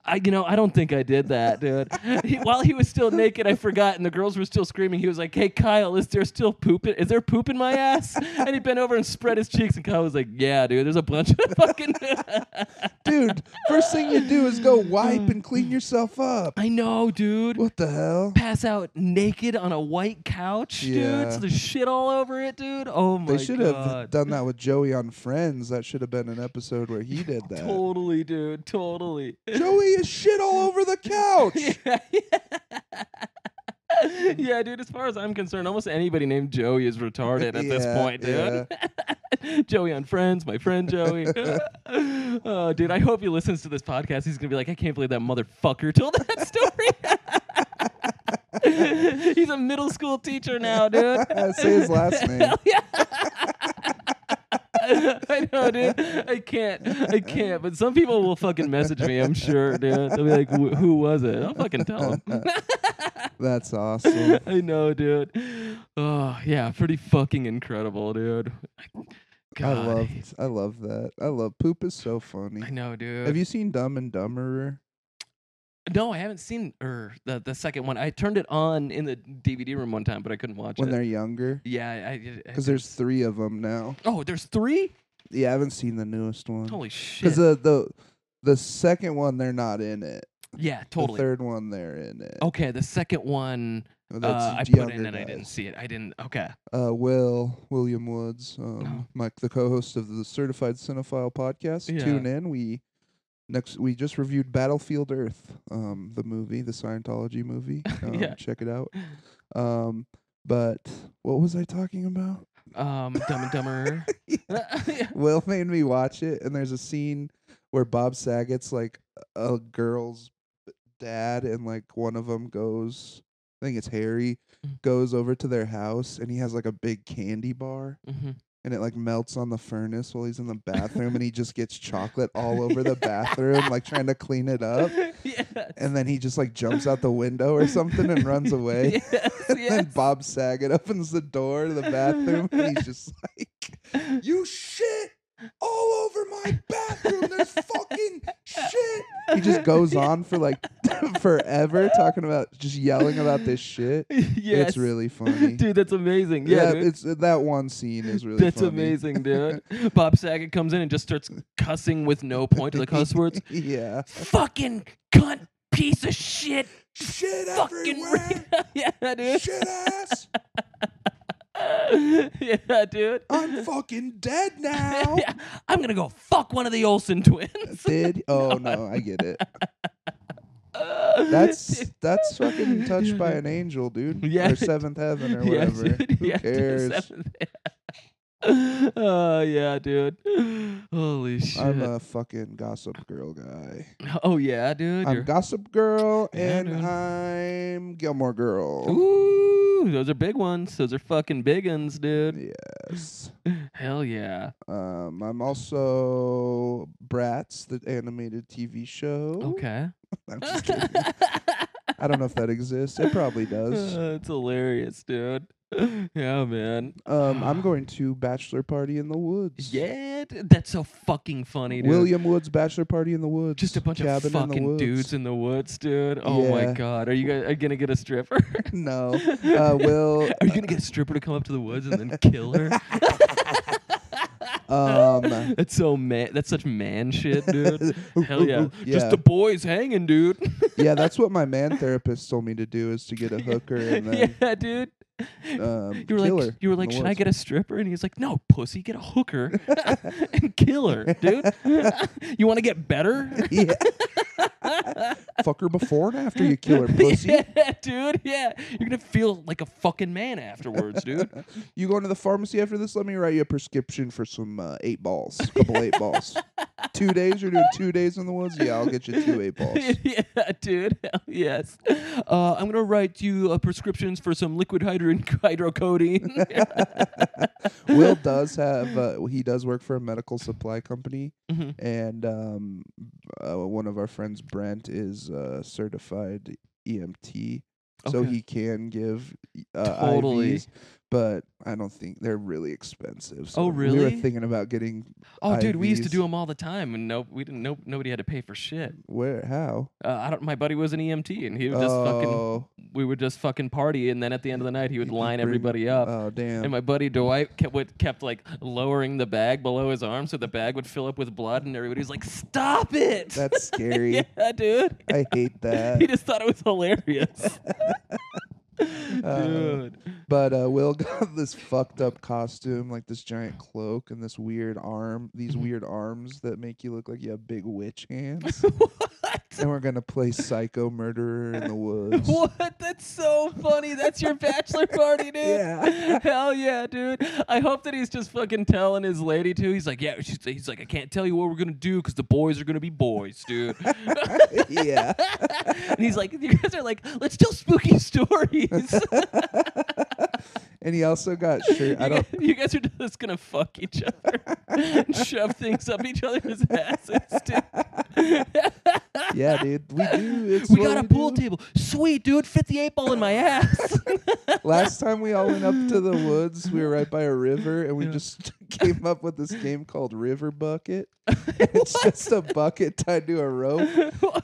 [SPEAKER 2] "I, you know, I don't think I did that, dude." (laughs) He, while he was still naked, I forgot, and the girls were still screaming. He was like, "Hey, Kyle, is there still poop? In, is there poop in my ass?" And he bent over and spread his cheeks, and Kyle was like, "Yeah, dude, there's a bunch of (laughs) fucking."
[SPEAKER 1] Dude, first thing you do is go wipe and
[SPEAKER 2] Mm.
[SPEAKER 1] clean yourself up.
[SPEAKER 2] I know, dude.
[SPEAKER 1] What the hell?
[SPEAKER 2] Pass out naked on a white couch,
[SPEAKER 1] Yeah.
[SPEAKER 2] dude. So there's shit all over it, dude. Oh my
[SPEAKER 1] They
[SPEAKER 2] god.
[SPEAKER 1] should have done that with Joey on Friends. That should have been an episode where he did that.
[SPEAKER 2] Totally,
[SPEAKER 1] (laughs)
[SPEAKER 2] dude. Totally.
[SPEAKER 1] Joey is shit all over the
[SPEAKER 2] (laughs)
[SPEAKER 1] couch.
[SPEAKER 2] yeah, Yeah, dude. As far as I'm concerned, almost anybody named Joey is retarded at this
[SPEAKER 1] Yeah,
[SPEAKER 2] point, dude. (laughs) Joey on Friends, my
[SPEAKER 1] (laughs)
[SPEAKER 2] friend Joey. (laughs) oh, dude, I hope he listens to this podcast. He's gonna be like, I can't believe that motherfucker told that story. (laughs) He's a middle school teacher now, dude.
[SPEAKER 1] Say his
[SPEAKER 2] (laughs)
[SPEAKER 1] last name.
[SPEAKER 2] Yeah. (laughs) I know, dude. I can't. I can't. But some people will fucking message me. I'm sure, dude. They'll be like, "Wh- (laughs) "Who was it?" I'll fucking tell them.
[SPEAKER 1] That's awesome.
[SPEAKER 2] I know, dude. Oh yeah, pretty fucking incredible, dude. God,
[SPEAKER 1] I love I love that. I love poop is so funny.
[SPEAKER 2] I know, dude.
[SPEAKER 1] Have you seen Dumb and Dumberer?
[SPEAKER 2] No, I haven't seen er the the second one. I turned it on in the DVD room one time, but I couldn't watch
[SPEAKER 1] When
[SPEAKER 2] it.
[SPEAKER 1] they're younger?
[SPEAKER 2] yeah, I- I
[SPEAKER 1] Because there's three of them now.
[SPEAKER 2] oh, there's three.
[SPEAKER 1] Yeah, I haven't seen the newest one.
[SPEAKER 2] Holy shit!
[SPEAKER 1] Because the, the the second one they're not in it.
[SPEAKER 2] yeah,
[SPEAKER 1] The
[SPEAKER 2] totally.
[SPEAKER 1] third one they're in it.
[SPEAKER 2] okay, the second one
[SPEAKER 1] Well, that's
[SPEAKER 2] uh, I put
[SPEAKER 1] younger
[SPEAKER 2] in and I
[SPEAKER 1] guys.
[SPEAKER 2] didn't see it. I didn't. Okay.
[SPEAKER 1] Uh, Will William Woods, um,
[SPEAKER 2] No.
[SPEAKER 1] Mike, the co-host of the Certified Cinephile podcast.
[SPEAKER 2] Yeah.
[SPEAKER 1] Tune in. We next we just reviewed Battlefield Earth, um, the movie, the Scientology
[SPEAKER 2] (laughs)
[SPEAKER 1] movie. Um,
[SPEAKER 2] Yeah.
[SPEAKER 1] check it out. Um, but what was I talking about? (laughs)
[SPEAKER 2] Um, Dumb and Dumber. Yeah.
[SPEAKER 1] Will made me watch it, and there's a scene where Bob Saget's like a girl's dad, and like one of them goes, I think it's Harry,
[SPEAKER 2] Mm.
[SPEAKER 1] goes over to their house, and he has like a big candy bar,
[SPEAKER 2] Mhm.
[SPEAKER 1] and it like melts on the furnace while he's in the bathroom, and he just gets chocolate all over the bathroom, like trying to clean it up,
[SPEAKER 2] Yes. (laughs)
[SPEAKER 1] and then he just like jumps out the window or something and runs away.
[SPEAKER 2] Yes,
[SPEAKER 1] (laughs) And
[SPEAKER 2] yes.
[SPEAKER 1] then Bob Saget opens the door to the bathroom and he's just (laughs) like, You shit all over my bathroom. There's fucking shit. He just goes on for like (laughs) forever talking about just yelling about this shit.
[SPEAKER 2] yes.
[SPEAKER 1] It's really funny.
[SPEAKER 2] (laughs) Dude, that's amazing. Yeah, dude.
[SPEAKER 1] it's that one scene is really
[SPEAKER 2] that's
[SPEAKER 1] funny.
[SPEAKER 2] amazing, dude.
[SPEAKER 1] (laughs)
[SPEAKER 2] Bob Saget comes in and just starts cussing with no point to
[SPEAKER 1] (laughs)
[SPEAKER 2] the cuss words.
[SPEAKER 1] yeah.
[SPEAKER 2] Fucking cunt, piece of shit,
[SPEAKER 1] Shit
[SPEAKER 2] fucking.
[SPEAKER 1] everywhere.
[SPEAKER 2] (laughs) yeah, dude.
[SPEAKER 1] shit ass.
[SPEAKER 2] (laughs) yeah, dude.
[SPEAKER 1] I'm fucking dead now.
[SPEAKER 2] (laughs) Yeah, I'm gonna go fuck one of the Olsen twins. (laughs)
[SPEAKER 1] Did oh no, I get it.
[SPEAKER 2] (laughs) Dude.
[SPEAKER 1] That's that's fucking touched by an angel, dude.
[SPEAKER 2] Yeah,
[SPEAKER 1] Or seventh heaven (laughs)
[SPEAKER 2] (laughs)
[SPEAKER 1] or
[SPEAKER 2] Yeah,
[SPEAKER 1] whatever.
[SPEAKER 2] dude.
[SPEAKER 1] Who
[SPEAKER 2] Yeah, dude,
[SPEAKER 1] cares?
[SPEAKER 2] seventh- yeah. (laughs) Oh yeah, dude. (gasps) Holy shit.
[SPEAKER 1] I'm uh, a fucking gossip girl guy.
[SPEAKER 2] oh yeah, dude.
[SPEAKER 1] I'm
[SPEAKER 2] You're-
[SPEAKER 1] gossip girl
[SPEAKER 2] Yeah,
[SPEAKER 1] and
[SPEAKER 2] dude.
[SPEAKER 1] I'm Gilmore girl.
[SPEAKER 2] Ooh, those are big ones. Those are fucking big ones, dude.
[SPEAKER 1] Yes.
[SPEAKER 2] Hell yeah.
[SPEAKER 1] Um, I'm also Bratz, the animated TV show.
[SPEAKER 2] Okay. (laughs)
[SPEAKER 1] I'm just kidding. I don't know if that exists. It probably
[SPEAKER 2] (laughs)
[SPEAKER 1] does.
[SPEAKER 2] Uh, it's hilarious, dude. (laughs) Yeah, man.
[SPEAKER 1] Um,
[SPEAKER 2] (sighs)
[SPEAKER 1] I'm going to bachelor party in the woods.
[SPEAKER 2] Yeah, dude, that's so fucking funny, dude.
[SPEAKER 1] William Woods bachelor party in the woods.
[SPEAKER 2] Just a bunch
[SPEAKER 1] Cabin
[SPEAKER 2] of
[SPEAKER 1] in the
[SPEAKER 2] fucking
[SPEAKER 1] woods.
[SPEAKER 2] dudes in the woods, dude. Oh my
[SPEAKER 1] Yeah.
[SPEAKER 2] god, are you guys are you gonna get a stripper?
[SPEAKER 1] (laughs)
[SPEAKER 2] (laughs)
[SPEAKER 1] No. Uh, Will
[SPEAKER 2] Are you gonna get a stripper to come up to the woods and then kill her? (laughs)
[SPEAKER 1] Um, (laughs)
[SPEAKER 2] that's so man. That's such man shit, dude. Hell yeah.
[SPEAKER 1] Yeah.
[SPEAKER 2] just the boys hanging, dude. (laughs)
[SPEAKER 1] yeah, that's what my man therapist told me to do is to get a hooker and then
[SPEAKER 2] (laughs) yeah, dude.
[SPEAKER 1] um,
[SPEAKER 2] You were
[SPEAKER 1] kill
[SPEAKER 2] like,
[SPEAKER 1] her
[SPEAKER 2] you were
[SPEAKER 1] in
[SPEAKER 2] like,
[SPEAKER 1] the
[SPEAKER 2] should I
[SPEAKER 1] woods."
[SPEAKER 2] get a stripper? And he's like, no, pussy, get a hooker (laughs) and kill her,
[SPEAKER 1] (laughs)
[SPEAKER 2] dude. (laughs) you want to get better? (laughs)
[SPEAKER 1] yeah. Fuck her before and after you kill her, pussy.
[SPEAKER 2] (laughs) yeah, dude. Yeah, you're gonna feel like a fucking man
[SPEAKER 1] (laughs)
[SPEAKER 2] afterwards, dude.
[SPEAKER 1] You going to the pharmacy after this? Let me write you a prescription for some uh, eight balls, a couple eight
[SPEAKER 2] (laughs)
[SPEAKER 1] balls. Two days? You're doing two days in the woods? Yeah, I'll get you two eight balls.
[SPEAKER 2] (laughs) yeah, dude. Hell yes. Uh, I'm gonna write you uh, prescriptions for some liquid hydro-
[SPEAKER 1] (laughs)
[SPEAKER 2] (laughs) hydrocodone. (laughs)
[SPEAKER 1] Will does have uh, he does work for a medical supply company,
[SPEAKER 2] Mhm.
[SPEAKER 1] and um, uh, one of our friends Brent is uh, certified EMT, so
[SPEAKER 2] Okay.
[SPEAKER 1] he can give uh,
[SPEAKER 2] Totally.
[SPEAKER 1] IVs. But I don't think they're really expensive. So
[SPEAKER 2] Oh,
[SPEAKER 1] We were
[SPEAKER 2] really?
[SPEAKER 1] thinking about getting
[SPEAKER 2] oh, dude, we used to
[SPEAKER 1] IVs.
[SPEAKER 2] do them all the time, and nope, we didn't. Nope, nobody had to pay for shit.
[SPEAKER 1] where how
[SPEAKER 2] Uh, I don't. My buddy was an EMT, and he would just fucking.
[SPEAKER 1] oh
[SPEAKER 2] We would just fucking party, and then at the end of the night, he would
[SPEAKER 1] You could
[SPEAKER 2] line
[SPEAKER 1] bring-
[SPEAKER 2] everybody up.
[SPEAKER 1] oh damn.
[SPEAKER 2] and my buddy Dwight kept would- kept like lowering the bag below his arm, so the bag would fill up with blood, and everybody was like, "Stop it!" (laughs)
[SPEAKER 1] That's scary.
[SPEAKER 2] yeah, dude.
[SPEAKER 1] I hate
[SPEAKER 2] (laughs) he
[SPEAKER 1] that.
[SPEAKER 2] just thought it was hilarious.
[SPEAKER 1] (laughs) Uh,
[SPEAKER 2] Dude.
[SPEAKER 1] (laughs) But uh, Will got this fucked up costume, like this giant cloak and this weird arm, these
[SPEAKER 2] Mm-hmm.
[SPEAKER 1] weird arms that make you look like you have big
[SPEAKER 2] (laughs)
[SPEAKER 1] witch hands.
[SPEAKER 2] what?
[SPEAKER 1] and we're gonna play psycho murderer
[SPEAKER 2] (laughs)
[SPEAKER 1] in the woods.
[SPEAKER 2] What? That's so funny. That's your bachelor party,
[SPEAKER 1] (laughs)
[SPEAKER 2] dude.
[SPEAKER 1] Yeah.
[SPEAKER 2] Hell yeah, dude. I hope that he's just fucking telling his lady too. He's like, yeah. She's, he's like, I can't tell you what we're gonna do because the boys are gonna be boys,
[SPEAKER 1] (laughs)
[SPEAKER 2] dude.
[SPEAKER 1] (laughs) yeah.
[SPEAKER 2] and he's like, you guys are like, let's tell spooky (laughs) stories.
[SPEAKER 1] And he also got shirt. (laughs) I
[SPEAKER 2] you, (laughs)
[SPEAKER 1] don't.
[SPEAKER 2] guys, you guys are
[SPEAKER 1] (laughs)
[SPEAKER 2] just gonna fuck each other and shove things up each other's asses, dude.
[SPEAKER 1] Yeah, dude. We do. It's
[SPEAKER 2] we
[SPEAKER 1] what
[SPEAKER 2] got a
[SPEAKER 1] we
[SPEAKER 2] pool
[SPEAKER 1] do.
[SPEAKER 2] table. Sweet, dude. Fit the eight ball in my ass. (laughs)
[SPEAKER 1] Last time we all went up to the woods, we were right by a river, and we
[SPEAKER 2] Yeah.
[SPEAKER 1] just (laughs) came up with this game called River
[SPEAKER 2] (laughs)
[SPEAKER 1] Bucket. it's just a bucket tied to a rope,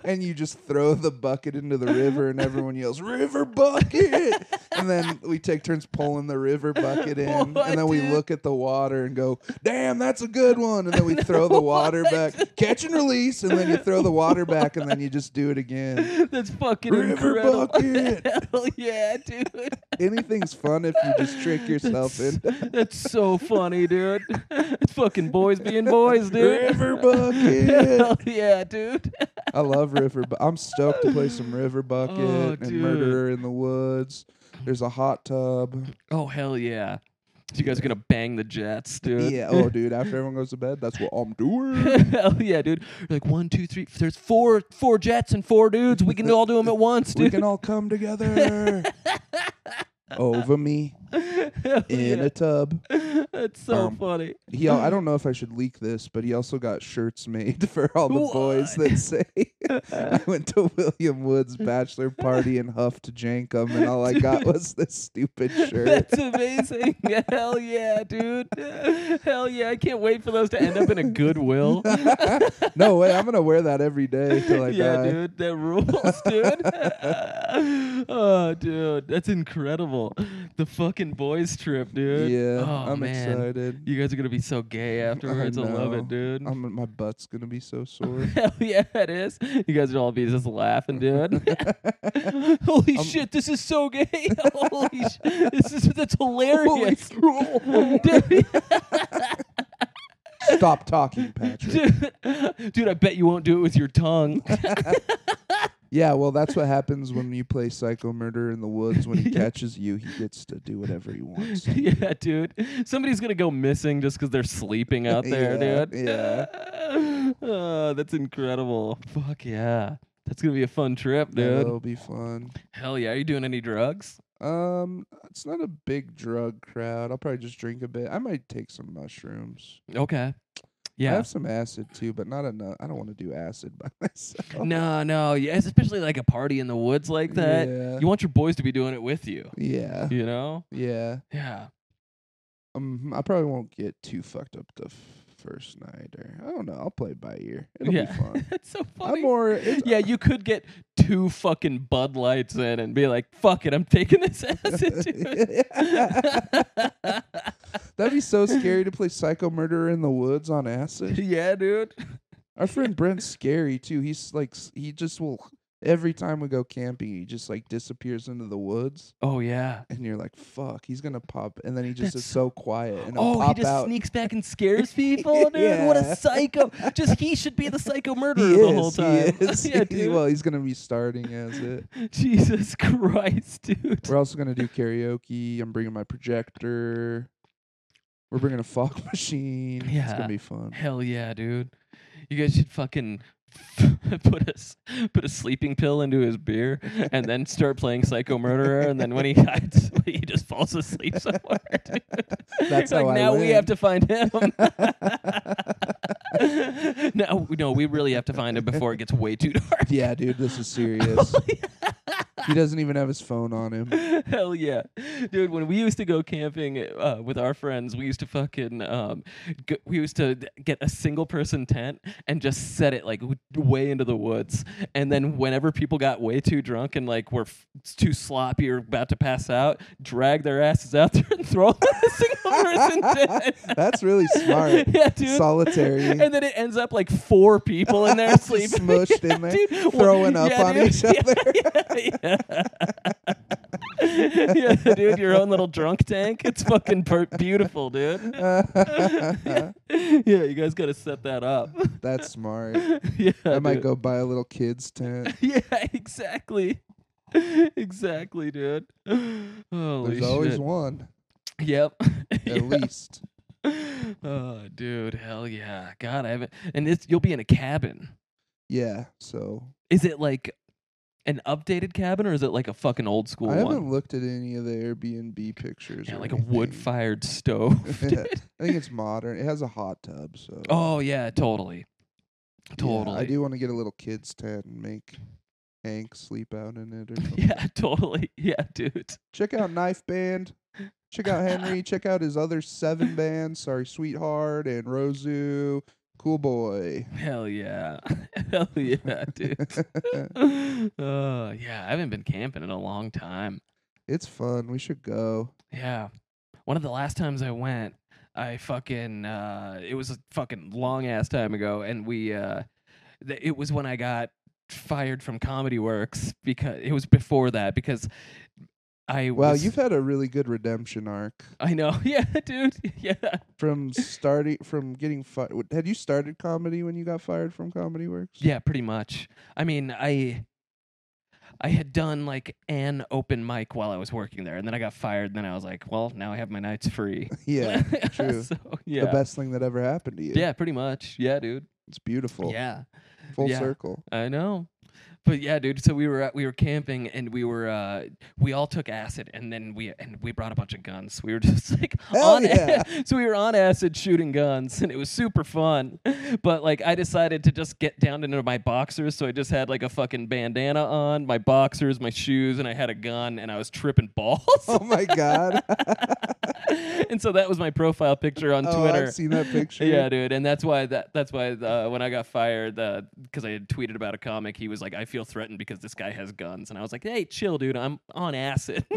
[SPEAKER 1] and you just throw the bucket into the river, and everyone yells "River Bucket!" and then we take turns pulling the river bucket in,
[SPEAKER 2] What,
[SPEAKER 1] and then we
[SPEAKER 2] dude?
[SPEAKER 1] look at the water and go, "Damn, that's a good one!" And
[SPEAKER 2] (laughs)
[SPEAKER 1] then we throw the water back, catch and release, and then you throw the water back, and then you just do it again.
[SPEAKER 2] That's fucking
[SPEAKER 1] River
[SPEAKER 2] incredible. (laughs)
[SPEAKER 1] bucket.
[SPEAKER 2] Hell yeah, dude.
[SPEAKER 1] Anything's fun if you just trick yourself
[SPEAKER 2] (laughs) That's-
[SPEAKER 1] into.
[SPEAKER 2] That's so funny, dude. (laughs) It's fucking boys being boys, dude.
[SPEAKER 1] River bucket.
[SPEAKER 2] (laughs) Hell yeah, dude.
[SPEAKER 1] I love River. Bu- I'm stoked to play some River Bucket
[SPEAKER 2] Oh,
[SPEAKER 1] and
[SPEAKER 2] dude.
[SPEAKER 1] Murderer in the Woods. There's a hot tub.
[SPEAKER 2] Oh hell yeah. So you guys are gonna bang the Jets, dude. (laughs)
[SPEAKER 1] Yeah. Oh, dude. After everyone goes to bed, that's what I'm doing.
[SPEAKER 2] hell yeah, dude. You're like one, two, three. There's four, four Jets and four dudes. We can all do them at once,
[SPEAKER 1] we
[SPEAKER 2] dude.
[SPEAKER 1] can all come
[SPEAKER 2] (laughs)
[SPEAKER 1] together over me
[SPEAKER 2] Hell
[SPEAKER 1] in
[SPEAKER 2] yeah.
[SPEAKER 1] a tub.
[SPEAKER 2] (laughs) That's so
[SPEAKER 1] Um,
[SPEAKER 2] funny.
[SPEAKER 1] He.
[SPEAKER 2] (clears throat)
[SPEAKER 1] al- I don't know if I should leak this, but he also got shirts made (laughs) for all the
[SPEAKER 2] uh,
[SPEAKER 1] boys
[SPEAKER 2] (laughs)
[SPEAKER 1] that say I went to William Woods' bachelor party and huffed Jankum, and all I got
[SPEAKER 2] (laughs)
[SPEAKER 1] was this stupid shirt.
[SPEAKER 2] That's amazing. (laughs) Hell yeah, dude. (laughs) Hell yeah. I can't wait for those to end
[SPEAKER 1] (laughs)
[SPEAKER 2] up in a goodwill.
[SPEAKER 1] no way. I'm gonna wear that every day till I
[SPEAKER 2] (laughs) yeah,
[SPEAKER 1] die.
[SPEAKER 2] dude, that rules,
[SPEAKER 1] (laughs)
[SPEAKER 2] dude. (laughs) oh, dude, that's incredible. The fucking boys trip, dude.
[SPEAKER 1] Yeah,
[SPEAKER 2] oh,
[SPEAKER 1] I'm
[SPEAKER 2] man.
[SPEAKER 1] excited.
[SPEAKER 2] You guys are gonna be so gay afterwards. I, love
[SPEAKER 1] know.
[SPEAKER 2] it, dude.
[SPEAKER 1] I'm, my butt's gonna be so sore.
[SPEAKER 2] (laughs) Hell yeah, it is. You guys would all be just
[SPEAKER 1] (laughs)
[SPEAKER 2] laughing, dude. (laughs) Holy shit, this is so gay. (laughs) Holy shit, this is that's
[SPEAKER 1] (laughs)
[SPEAKER 2] hilarious. (laughs) dude,
[SPEAKER 1] Stop talking, Patrick.
[SPEAKER 2] dude, (laughs) dude, I bet you won't do it with your tongue.
[SPEAKER 1] Yeah, well, that's what happens when you play Psycho Murder in the Woods. When he
[SPEAKER 2] (laughs) Yeah.
[SPEAKER 1] catches you, he gets to do whatever he wants.
[SPEAKER 2] (laughs) yeah, dude. Somebody's gonna go missing just because they're sleeping out there,
[SPEAKER 1] Yeah,
[SPEAKER 2] dude.
[SPEAKER 1] yeah.
[SPEAKER 2] (laughs) Oh, that's incredible. Fuck yeah. That's gonna be a fun trip, dude.
[SPEAKER 1] That'll be fun.
[SPEAKER 2] Hell yeah. Are you doing any drugs?
[SPEAKER 1] Um, it's not a big drug crowd. I'll probably just drink a bit. I might take some mushrooms.
[SPEAKER 2] Okay.
[SPEAKER 1] I
[SPEAKER 2] Yeah.
[SPEAKER 1] have some acid too, but not enough. I don't want to do acid by (laughs) myself.
[SPEAKER 2] No, no. Yeah, it's especially like a party in the woods like that.
[SPEAKER 1] Yeah.
[SPEAKER 2] You want your boys to be doing it with you.
[SPEAKER 1] Yeah.
[SPEAKER 2] You know?
[SPEAKER 1] Yeah.
[SPEAKER 2] Yeah. (laughs)
[SPEAKER 1] Um, I probably won't get too fucked up the f- first night, or I don't know. I'll play it by ear. It'll
[SPEAKER 2] yeah.
[SPEAKER 1] be
[SPEAKER 2] (laughs)
[SPEAKER 1] fun.
[SPEAKER 2] That's so funny.
[SPEAKER 1] I'm more. It's,
[SPEAKER 2] yeah, you could get two fucking Bud Lights in and be like, "Fuck it, I'm taking this (laughs) acid."
[SPEAKER 1] (laughs)
[SPEAKER 2] dude."
[SPEAKER 1] (laughs) That'd be so scary to play Psycho Murderer in the woods on acid.
[SPEAKER 2] (laughs) yeah, dude.
[SPEAKER 1] Our friend Brent's scary too. He's like, s- he just will. Every time we go camping, he just like disappears into the woods,
[SPEAKER 2] Oh yeah.
[SPEAKER 1] and you're like, "Fuck, he's gonna pop!" And then he just is
[SPEAKER 2] That's-
[SPEAKER 1] so quiet, and he'll
[SPEAKER 2] Oh, he
[SPEAKER 1] pop
[SPEAKER 2] just
[SPEAKER 1] out.
[SPEAKER 2] sneaks back and
[SPEAKER 1] (laughs)
[SPEAKER 2] scares people, dude. What
[SPEAKER 1] Yeah.
[SPEAKER 2] a psycho! Just he should be the psycho
[SPEAKER 1] (laughs) he
[SPEAKER 2] murderer the
[SPEAKER 1] is.
[SPEAKER 2] whole time. (laughs)
[SPEAKER 1] He is. (laughs)
[SPEAKER 2] yeah,
[SPEAKER 1] He-
[SPEAKER 2] dude.
[SPEAKER 1] well, he's gonna be starting as it.
[SPEAKER 2] Jesus (laughs) Christ, dude.
[SPEAKER 1] We're also gonna do karaoke. I'm bringing my projector. We're bringing a fog (laughs) machine. it's
[SPEAKER 2] Yeah.
[SPEAKER 1] gonna be fun.
[SPEAKER 2] Hell yeah, dude. You guys should fucking (laughs) put a s- put a sleeping pill into his beer and then start playing Psycho Murderer and then when he (laughs) hides, he just falls asleep somewhere. (laughs) Dude.
[SPEAKER 1] That's
[SPEAKER 2] like
[SPEAKER 1] how I
[SPEAKER 2] now we have
[SPEAKER 1] win.
[SPEAKER 2] to
[SPEAKER 1] (laughs)
[SPEAKER 2] find him. (laughs) no, no, we really have to find him before it gets way too dark.
[SPEAKER 1] Yeah, dude, this is
[SPEAKER 2] (laughs)
[SPEAKER 1] serious.
[SPEAKER 2] Oh,
[SPEAKER 1] he doesn't even have his phone on him.
[SPEAKER 2] (laughs) Hell yeah, dude! When we used to go camping uh, with our friends, we used to fucking um, g- we used to d- get a single person tent and just set it like w- way into the woods, and then whenever people got way too drunk and like were f- too sloppy or about to pass out, drag their asses out (laughs) there and throw them in the single person tent.
[SPEAKER 1] That's
[SPEAKER 2] (laughs)
[SPEAKER 1] really smart.
[SPEAKER 2] Yeah, dude.
[SPEAKER 1] Solitary.
[SPEAKER 2] And then it ends up like four people in
[SPEAKER 1] (laughs)
[SPEAKER 2] there
[SPEAKER 1] Just
[SPEAKER 2] sleeping,
[SPEAKER 1] smushed
[SPEAKER 2] (laughs)
[SPEAKER 1] in there,
[SPEAKER 2] dude.
[SPEAKER 1] throwing up on
[SPEAKER 2] (laughs)
[SPEAKER 1] each other.
[SPEAKER 2] Yeah, (laughs) yeah. Yeah, dude, your own little drunk tank. It's fucking per-
[SPEAKER 1] (laughs)
[SPEAKER 2] beautiful, dude. (laughs) yeah, you guys got to set that up. (laughs)
[SPEAKER 1] That's smart.
[SPEAKER 2] yeah,
[SPEAKER 1] I might
[SPEAKER 2] dude.
[SPEAKER 1] go buy a little kid's tent.
[SPEAKER 2] (laughs) Yeah, exactly. (laughs) Exactly, dude. Holy
[SPEAKER 1] There's
[SPEAKER 2] shit.
[SPEAKER 1] always
[SPEAKER 2] (laughs)
[SPEAKER 1] one,
[SPEAKER 2] Yep.
[SPEAKER 1] at least.
[SPEAKER 2] (laughs) Oh, dude, hell yeah. God, I haven't. And it's you'll be in a cabin.
[SPEAKER 1] Yeah. So
[SPEAKER 2] Is it like an updated cabin or is it like a fucking old school
[SPEAKER 1] I haven't
[SPEAKER 2] one?
[SPEAKER 1] looked at any of the Airbnb pictures.
[SPEAKER 2] Yeah,
[SPEAKER 1] or
[SPEAKER 2] like a wood
[SPEAKER 1] anything.
[SPEAKER 2] fired stove.
[SPEAKER 1] (laughs)
[SPEAKER 2] (laughs)
[SPEAKER 1] I think it's modern. It has a hot tub, so
[SPEAKER 2] oh yeah, Oh, totally. Totally.
[SPEAKER 1] I do want to get a little kids tent and make Hank sleep out in it
[SPEAKER 2] (laughs)
[SPEAKER 1] or something.
[SPEAKER 2] (laughs) Yeah, totally. Yeah, dude.
[SPEAKER 1] Check out Knife Band. Check out
[SPEAKER 2] (laughs)
[SPEAKER 1] Henry. Check out his other seven bands. Sorry, Sweetheart and Rosu. Cool boy.
[SPEAKER 2] Hell yeah. (laughs) Hell yeah,
[SPEAKER 1] (laughs)
[SPEAKER 2] dude. (laughs) uh, yeah, I haven't been camping in a long time.
[SPEAKER 1] It's fun. We should go.
[SPEAKER 2] Yeah. One of the last times I went, I fucking uh it was a fucking long ass time ago and we uh th- it was when I got fired from Comedy Works because it was before that because I
[SPEAKER 1] Wow,
[SPEAKER 2] was,
[SPEAKER 1] you've had a really good redemption arc
[SPEAKER 2] I know. (laughs) Yeah, dude. Yeah. (laughs)
[SPEAKER 1] from starting from getting fired. Had you started comedy when you got fired from Comedy Works?
[SPEAKER 2] Yeah, pretty much. I mean, I I had done like an open mic while I was working there, and then I got fired. And then I was like, well, now I have my nights free.
[SPEAKER 1] (laughs)
[SPEAKER 2] (laughs)
[SPEAKER 1] Yeah, true.
[SPEAKER 2] so, yeah.
[SPEAKER 1] The best thing that ever happened to you.
[SPEAKER 2] Yeah, pretty much. Yeah, dude.
[SPEAKER 1] It's beautiful.
[SPEAKER 2] Yeah,
[SPEAKER 1] Full
[SPEAKER 2] yeah. (laughs)
[SPEAKER 1] circle.
[SPEAKER 2] I know. But yeah, dude. So we were at, we were camping, and we were uh, we all took acid, and then we and we brought a bunch of guns. We were (laughs) just like
[SPEAKER 1] Hell
[SPEAKER 2] on
[SPEAKER 1] yeah.
[SPEAKER 2] (laughs) so we were on acid shooting guns, and it was super fun. (laughs) But like, I decided to just get down into my boxers, so I just had like a fucking bandana on, my boxers, my shoes, and I had a gun, and I was tripping (laughs) balls.
[SPEAKER 1] Oh my
[SPEAKER 2] (laughs)
[SPEAKER 1] god.
[SPEAKER 2] and so that was my profile picture on
[SPEAKER 1] oh,
[SPEAKER 2] Twitter.
[SPEAKER 1] I've seen that picture.
[SPEAKER 2] Yeah, dude, and that's why that that's why uh, when I got fired, because I had tweeted about a comic, he was like, "I feel threatened because this guy has guns," and I was like, "Hey, chill, dude, I'm on acid."
[SPEAKER 1] (laughs)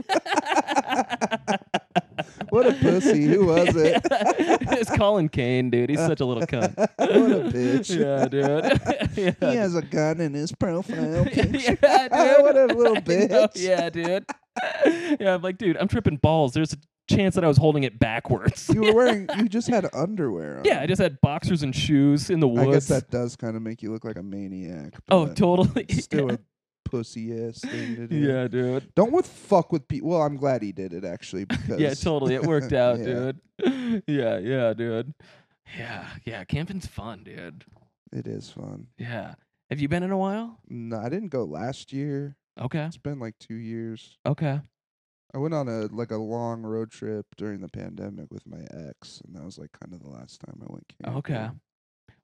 [SPEAKER 1] What a pussy.
[SPEAKER 2] (laughs)
[SPEAKER 1] Who was it?
[SPEAKER 2] it's Colin Kane, dude. He's such a little
[SPEAKER 1] (laughs)
[SPEAKER 2] cunt. what
[SPEAKER 1] a bitch.
[SPEAKER 2] (laughs) yeah, dude.
[SPEAKER 1] He has a gun in his profile picture.
[SPEAKER 2] (laughs) yeah,
[SPEAKER 1] (laughs)
[SPEAKER 2] dude.
[SPEAKER 1] what a little
[SPEAKER 2] (laughs) I know.
[SPEAKER 1] bitch.
[SPEAKER 2] Yeah, dude. (laughs) yeah, I'm like, dude, I'm tripping balls. There's a chance that I was holding it backwards.
[SPEAKER 1] You were wearing. You just had underwear on.
[SPEAKER 2] (laughs) yeah, I just had boxers and shoes in the
[SPEAKER 1] I guess
[SPEAKER 2] woods.
[SPEAKER 1] that does kind of make you look like a maniac. (laughs)
[SPEAKER 2] oh,
[SPEAKER 1] but
[SPEAKER 2] totally. (laughs)
[SPEAKER 1] it's Still a pussy ass thing to do.
[SPEAKER 2] yeah, dude.
[SPEAKER 1] Don't with fuck with people. Well, I'm glad he did it actually because
[SPEAKER 2] (laughs) Yeah, totally. It
[SPEAKER 1] (laughs)
[SPEAKER 2] worked out,
[SPEAKER 1] Yeah.
[SPEAKER 2] dude. (laughs) Yeah, yeah, dude. Yeah, yeah. Camping's fun, dude.
[SPEAKER 1] it is fun.
[SPEAKER 2] Yeah. Have you been in a while?
[SPEAKER 1] No, I didn't go last year.
[SPEAKER 2] Okay.
[SPEAKER 1] It's been like two years.
[SPEAKER 2] Okay.
[SPEAKER 1] I went on a like a long road trip during the pandemic with my ex, and that was like kind of the last time I went camping.
[SPEAKER 2] Okay.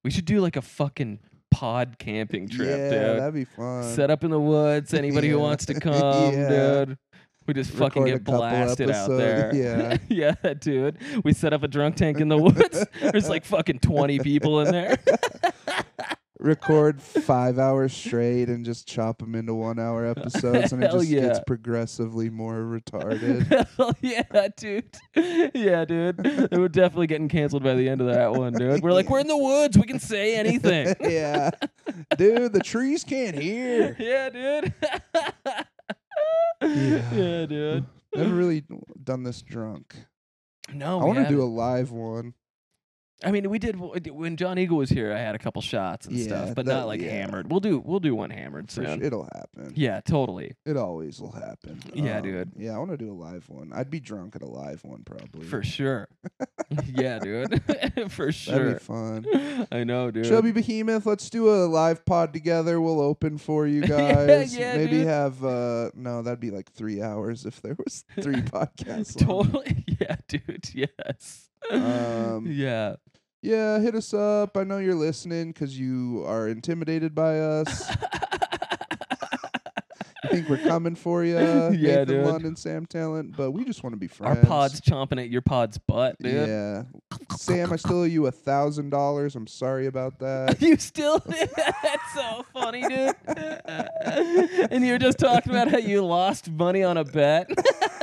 [SPEAKER 2] We should do like a fucking pod camping trip,
[SPEAKER 1] yeah,
[SPEAKER 2] dude.
[SPEAKER 1] that'd be fun.
[SPEAKER 2] Set up in the woods. Anybody
[SPEAKER 1] Yeah.
[SPEAKER 2] who
[SPEAKER 1] (laughs)
[SPEAKER 2] wants to come,
[SPEAKER 1] Yeah.
[SPEAKER 2] dude. We just fucking
[SPEAKER 1] Record a
[SPEAKER 2] get
[SPEAKER 1] couple
[SPEAKER 2] blasted out there.
[SPEAKER 1] episodes, (laughs) yeah.
[SPEAKER 2] (laughs) yeah, dude. We set up a drunk tank in the (laughs) woods. There's like fucking 20 people in there.
[SPEAKER 1] (laughs) Record five hours straight and just chop them into one
[SPEAKER 2] (laughs)
[SPEAKER 1] hour episodes, and it
[SPEAKER 2] Hell
[SPEAKER 1] just gets
[SPEAKER 2] yeah.
[SPEAKER 1] progressively more retarded.
[SPEAKER 2] (laughs) Hell yeah, dude. Yeah, dude. They We're definitely getting canceled by the end of that one, dude. We're like, we're in the woods. We can say anything.
[SPEAKER 1] (laughs) yeah, dude, the trees can't hear.
[SPEAKER 2] yeah, dude.
[SPEAKER 1] Yeah.
[SPEAKER 2] yeah, dude.
[SPEAKER 1] Never really done this drunk.
[SPEAKER 2] No,
[SPEAKER 1] I
[SPEAKER 2] want to
[SPEAKER 1] do a live one.
[SPEAKER 2] I mean, we did when John Eagle was here. I had a couple shots and
[SPEAKER 1] Yeah,
[SPEAKER 2] stuff, but
[SPEAKER 1] that-
[SPEAKER 2] not like
[SPEAKER 1] yeah.
[SPEAKER 2] hammered. We'll do we'll do one hammered
[SPEAKER 1] for
[SPEAKER 2] soon.
[SPEAKER 1] sure. It'll happen.
[SPEAKER 2] Yeah, totally,
[SPEAKER 1] It always will happen. Um,
[SPEAKER 2] Yeah, dude.
[SPEAKER 1] Yeah, I want to do a live one. I'd be drunk at a live one probably. (laughs)
[SPEAKER 2] for sure. yeah, dude, (laughs) for
[SPEAKER 1] That'd
[SPEAKER 2] sure.
[SPEAKER 1] be fun.
[SPEAKER 2] I know, (laughs) dude.
[SPEAKER 1] Chubby Behemoth, let's do a live pod together. We'll open for you guys.
[SPEAKER 2] (laughs) yeah,
[SPEAKER 1] Maybe
[SPEAKER 2] dude.
[SPEAKER 1] have uh no, that'd be like three hours if there
[SPEAKER 2] (laughs)
[SPEAKER 1] was three podcasts. on.
[SPEAKER 2] totally. (laughs) Yeah, dude. Yes.
[SPEAKER 1] Um,
[SPEAKER 2] yeah.
[SPEAKER 1] Yeah, hit us up. I know you're listening because you are intimidated by
[SPEAKER 2] (laughs)
[SPEAKER 1] us. I think we're coming for you,
[SPEAKER 2] (laughs) Yeah,
[SPEAKER 1] Nathan
[SPEAKER 2] dude.
[SPEAKER 1] London, Sam Talent, but we just want to be
[SPEAKER 2] Our
[SPEAKER 1] friends.
[SPEAKER 2] pod's chomping at your pod's butt, dude.
[SPEAKER 1] Yeah. Sam, I still owe you a thousand dollars. I'm sorry about
[SPEAKER 2] (laughs)
[SPEAKER 1] that.
[SPEAKER 2] (laughs) You still that's so funny, dude. (laughs) and you were just talking about how you lost money on a bet. (laughs)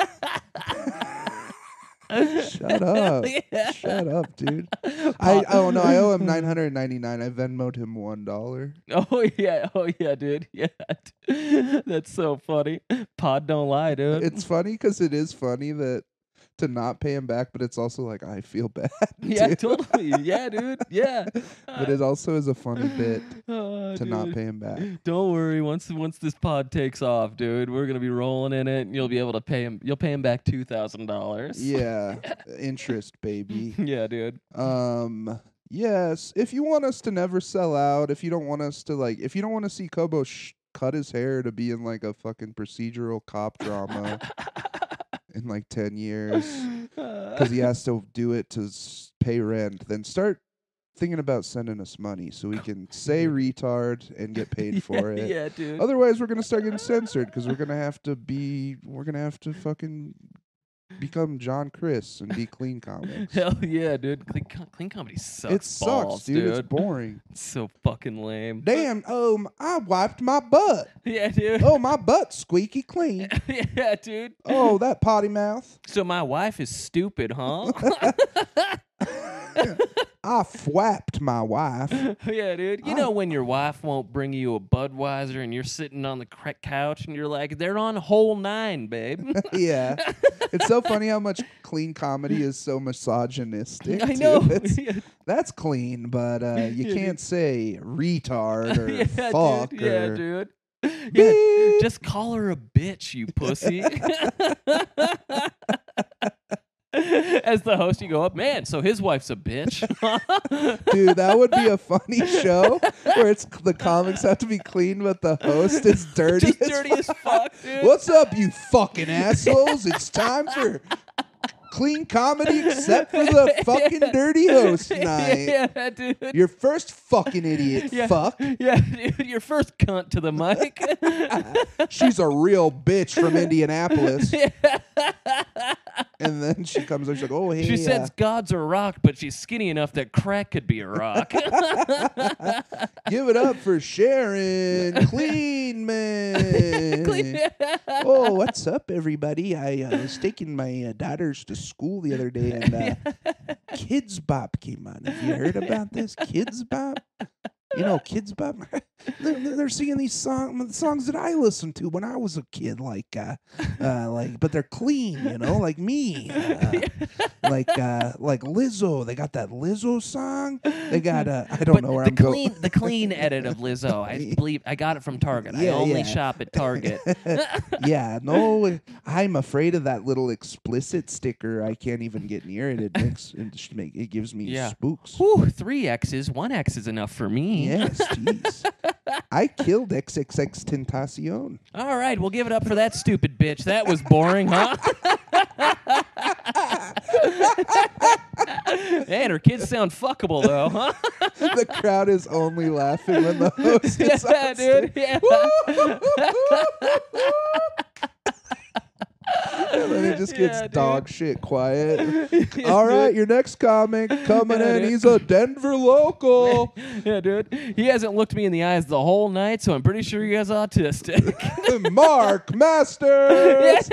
[SPEAKER 1] Shut up.
[SPEAKER 2] (laughs) Yeah.
[SPEAKER 1] Shut up,
[SPEAKER 2] (laughs)
[SPEAKER 1] dude. I oh no, I owe him nine hundred and ninety nine. I Venmoed him one dollar.
[SPEAKER 2] Oh yeah, oh yeah, dude. (laughs) Yeah. d- That's so funny. Pod don't lie, dude.
[SPEAKER 1] It's funny because it is funny that to not pay him back, but it's also like I feel (laughs) bad.
[SPEAKER 2] (laughs) yeah,
[SPEAKER 1] too.
[SPEAKER 2] totally.
[SPEAKER 1] (laughs)
[SPEAKER 2] Yeah, dude. Yeah.
[SPEAKER 1] But it also is a funny bit
[SPEAKER 2] (laughs) Oh,
[SPEAKER 1] to not
[SPEAKER 2] dude.
[SPEAKER 1] pay him back.
[SPEAKER 2] Don't worry. Once once this pod takes off, dude, we're gonna be rolling in it, and you'll be able to pay him. You'll pay him back two thousand dollars.
[SPEAKER 1] Yeah. Interest, baby.
[SPEAKER 2] (laughs) Yeah, dude.
[SPEAKER 1] Um yes, if you want us to never sell out, if you don't want us to like if you don't want to see Kobo sh- cut his hair to be in like a fucking procedural cop drama in like 10 years
[SPEAKER 2] Uh, (laughs)
[SPEAKER 1] cuz he has to do it to s- pay rent, then start thinking about sending us money so we can say retard and get paid for
[SPEAKER 2] (laughs) yeah,
[SPEAKER 1] it.
[SPEAKER 2] Yeah, dude.
[SPEAKER 1] Otherwise, we're gonna start getting censored because we're gonna have to be, we're gonna have to fucking become John Chris and be clean
[SPEAKER 2] (laughs)
[SPEAKER 1] comics.
[SPEAKER 2] (laughs) Hell yeah, dude. Clean, co- clean comedy sucks.
[SPEAKER 1] it sucks,
[SPEAKER 2] balls,
[SPEAKER 1] dude. It's
[SPEAKER 2] (laughs)
[SPEAKER 1] boring.
[SPEAKER 2] It's so fucking lame.
[SPEAKER 1] Damn. Um, I wiped my butt.
[SPEAKER 2] (laughs) Yeah, dude.
[SPEAKER 1] Oh, my butt's squeaky clean.
[SPEAKER 2] (laughs) yeah, dude. (laughs)
[SPEAKER 1] Oh, that potty mouth.
[SPEAKER 2] So my wife is stupid,
[SPEAKER 1] (laughs)
[SPEAKER 2] huh? (laughs)
[SPEAKER 1] I fwapped my wife. (laughs)
[SPEAKER 2] yeah, dude. You
[SPEAKER 1] I-
[SPEAKER 2] know when your wife won't bring you a Budweiser and you're sitting on the cra- couch and you're like, they're on hole nine,
[SPEAKER 1] (laughs)
[SPEAKER 2] babe.
[SPEAKER 1] yeah. It's so funny how much clean comedy is so misogynistic.
[SPEAKER 2] (laughs) I
[SPEAKER 1] too.
[SPEAKER 2] know.
[SPEAKER 1] It's-
[SPEAKER 2] Yeah,
[SPEAKER 1] that's clean, but uh, you
[SPEAKER 2] Yeah,
[SPEAKER 1] can't say retard or
[SPEAKER 2] (laughs) yeah,
[SPEAKER 1] fuck
[SPEAKER 2] dude.
[SPEAKER 1] or
[SPEAKER 2] Yeah, dude. Yeah,
[SPEAKER 1] Beep.
[SPEAKER 2] Just call her a bitch, you pussy. (laughs) As the host, you go up, man. So his wife's a
[SPEAKER 1] (laughs)
[SPEAKER 2] bitch. (laughs)
[SPEAKER 1] Dude, that would be a funny show where it's the comics have to be clean, but the host
[SPEAKER 2] (laughs)
[SPEAKER 1] is dirty.
[SPEAKER 2] Just
[SPEAKER 1] as
[SPEAKER 2] dirty
[SPEAKER 1] fuck. (laughs)
[SPEAKER 2] as fuck, dude.
[SPEAKER 1] What's up, you fucking assholes? It's time for clean comedy, except for
[SPEAKER 2] (laughs)
[SPEAKER 1] the fucking dirty host night.
[SPEAKER 2] yeah, dude.
[SPEAKER 1] Your first fucking idiot,
[SPEAKER 2] yeah,
[SPEAKER 1] fuck.
[SPEAKER 2] Yeah, dude. Your first cunt to the mic. (laughs)
[SPEAKER 1] She's a real bitch from Indianapolis.
[SPEAKER 2] (laughs) Yeah.
[SPEAKER 1] And then she comes up, she's like, oh, hey.
[SPEAKER 2] She
[SPEAKER 1] uh,
[SPEAKER 2] says God's a rock, but she's skinny enough that crack could be
[SPEAKER 1] (laughs)
[SPEAKER 2] a rock.
[SPEAKER 1] give it up for Sharon Cleanman. oh, what's up, everybody? I uh, was taking my uh, daughters to school the other day, and
[SPEAKER 2] (laughs)
[SPEAKER 1] uh, Kids Bop came on. Have you heard about this? Kids Bop? You know, Kids Bop. (laughs) they're, they're singing these song, songs that I listened to when I was a kid, like, uh, uh, like, but they're clean, you know, like me,
[SPEAKER 2] (laughs)
[SPEAKER 1] uh, like, uh, like Lizzo. They got that Lizzo song. They got. Uh, I don't
[SPEAKER 2] but
[SPEAKER 1] know where
[SPEAKER 2] (laughs) the
[SPEAKER 1] I'm going.
[SPEAKER 2] clean, the clean edit of Lizzo.
[SPEAKER 1] (laughs)
[SPEAKER 2] I believe I got it from Target. I
[SPEAKER 1] Yeah,
[SPEAKER 2] only
[SPEAKER 1] yeah.
[SPEAKER 2] shop at Target.
[SPEAKER 1] (laughs) yeah, no, I'm afraid of that little explicit sticker. I can't even get near it. It makes it, sh- make, it gives me
[SPEAKER 2] Yeah.
[SPEAKER 1] spooks.
[SPEAKER 2] Whew, three X's, one X is enough for me.
[SPEAKER 1] (laughs) Yes, jeez.
[SPEAKER 2] (laughs)
[SPEAKER 1] I killed XXX Tentacion.
[SPEAKER 2] All right, we'll give it up for that stupid bitch. That was boring, huh? and her kids sound fuckable though,
[SPEAKER 1] (laughs)
[SPEAKER 2] huh?
[SPEAKER 1] the crowd is only laughing when the host is
[SPEAKER 2] yeah,
[SPEAKER 1] on
[SPEAKER 2] dude.
[SPEAKER 1] stage.
[SPEAKER 2] (laughs) Yeah.
[SPEAKER 1] And then it just gets
[SPEAKER 2] Yeah, dude.
[SPEAKER 1] dog shit quiet.
[SPEAKER 2] (laughs)
[SPEAKER 1] All right, your next comic coming
[SPEAKER 2] Yeah,
[SPEAKER 1] in.
[SPEAKER 2] dude.
[SPEAKER 1] He's a Denver
[SPEAKER 2] (laughs)
[SPEAKER 1] local.
[SPEAKER 2] Yeah, dude. He hasn't looked me in the eyes the whole night, so I'm pretty sure you guys are autistic.
[SPEAKER 1] (laughs) Mark Masters.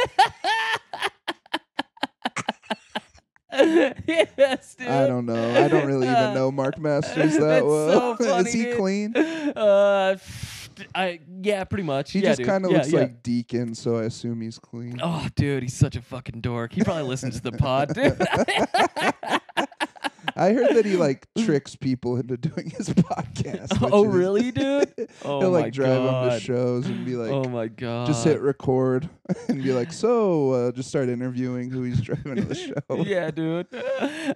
[SPEAKER 2] yes, dude.
[SPEAKER 1] I don't know. I don't really even know Mark
[SPEAKER 2] (laughs)
[SPEAKER 1] Masters that well.
[SPEAKER 2] Uh, That's
[SPEAKER 1] (laughs)
[SPEAKER 2] so funny,
[SPEAKER 1] Is he
[SPEAKER 2] dude. (laughs)
[SPEAKER 1] clean?
[SPEAKER 2] Uh, I yeah, pretty much.
[SPEAKER 1] He
[SPEAKER 2] yeah,
[SPEAKER 1] just
[SPEAKER 2] kind
[SPEAKER 1] kind of looks like Deacon, so I assume he's
[SPEAKER 2] (laughs)
[SPEAKER 1] clean.
[SPEAKER 2] Oh, dude, he's such a fucking dork. He probably listens to the
[SPEAKER 1] (laughs)
[SPEAKER 2] pod, dude.
[SPEAKER 1] I heard that he
[SPEAKER 2] (laughs)
[SPEAKER 1] like tricks people into doing his (laughs) podcast.
[SPEAKER 2] oh,
[SPEAKER 1] which is-
[SPEAKER 2] really, dude?
[SPEAKER 1] (laughs)
[SPEAKER 2] Oh
[SPEAKER 1] He'll
[SPEAKER 2] my
[SPEAKER 1] like drive
[SPEAKER 2] god.
[SPEAKER 1] them to shows and be like,
[SPEAKER 2] oh my god.
[SPEAKER 1] just hit record (laughs) and be
[SPEAKER 2] (laughs)
[SPEAKER 1] like, so uh, just start interviewing who he's driving to the show. (laughs)
[SPEAKER 2] Yeah, dude.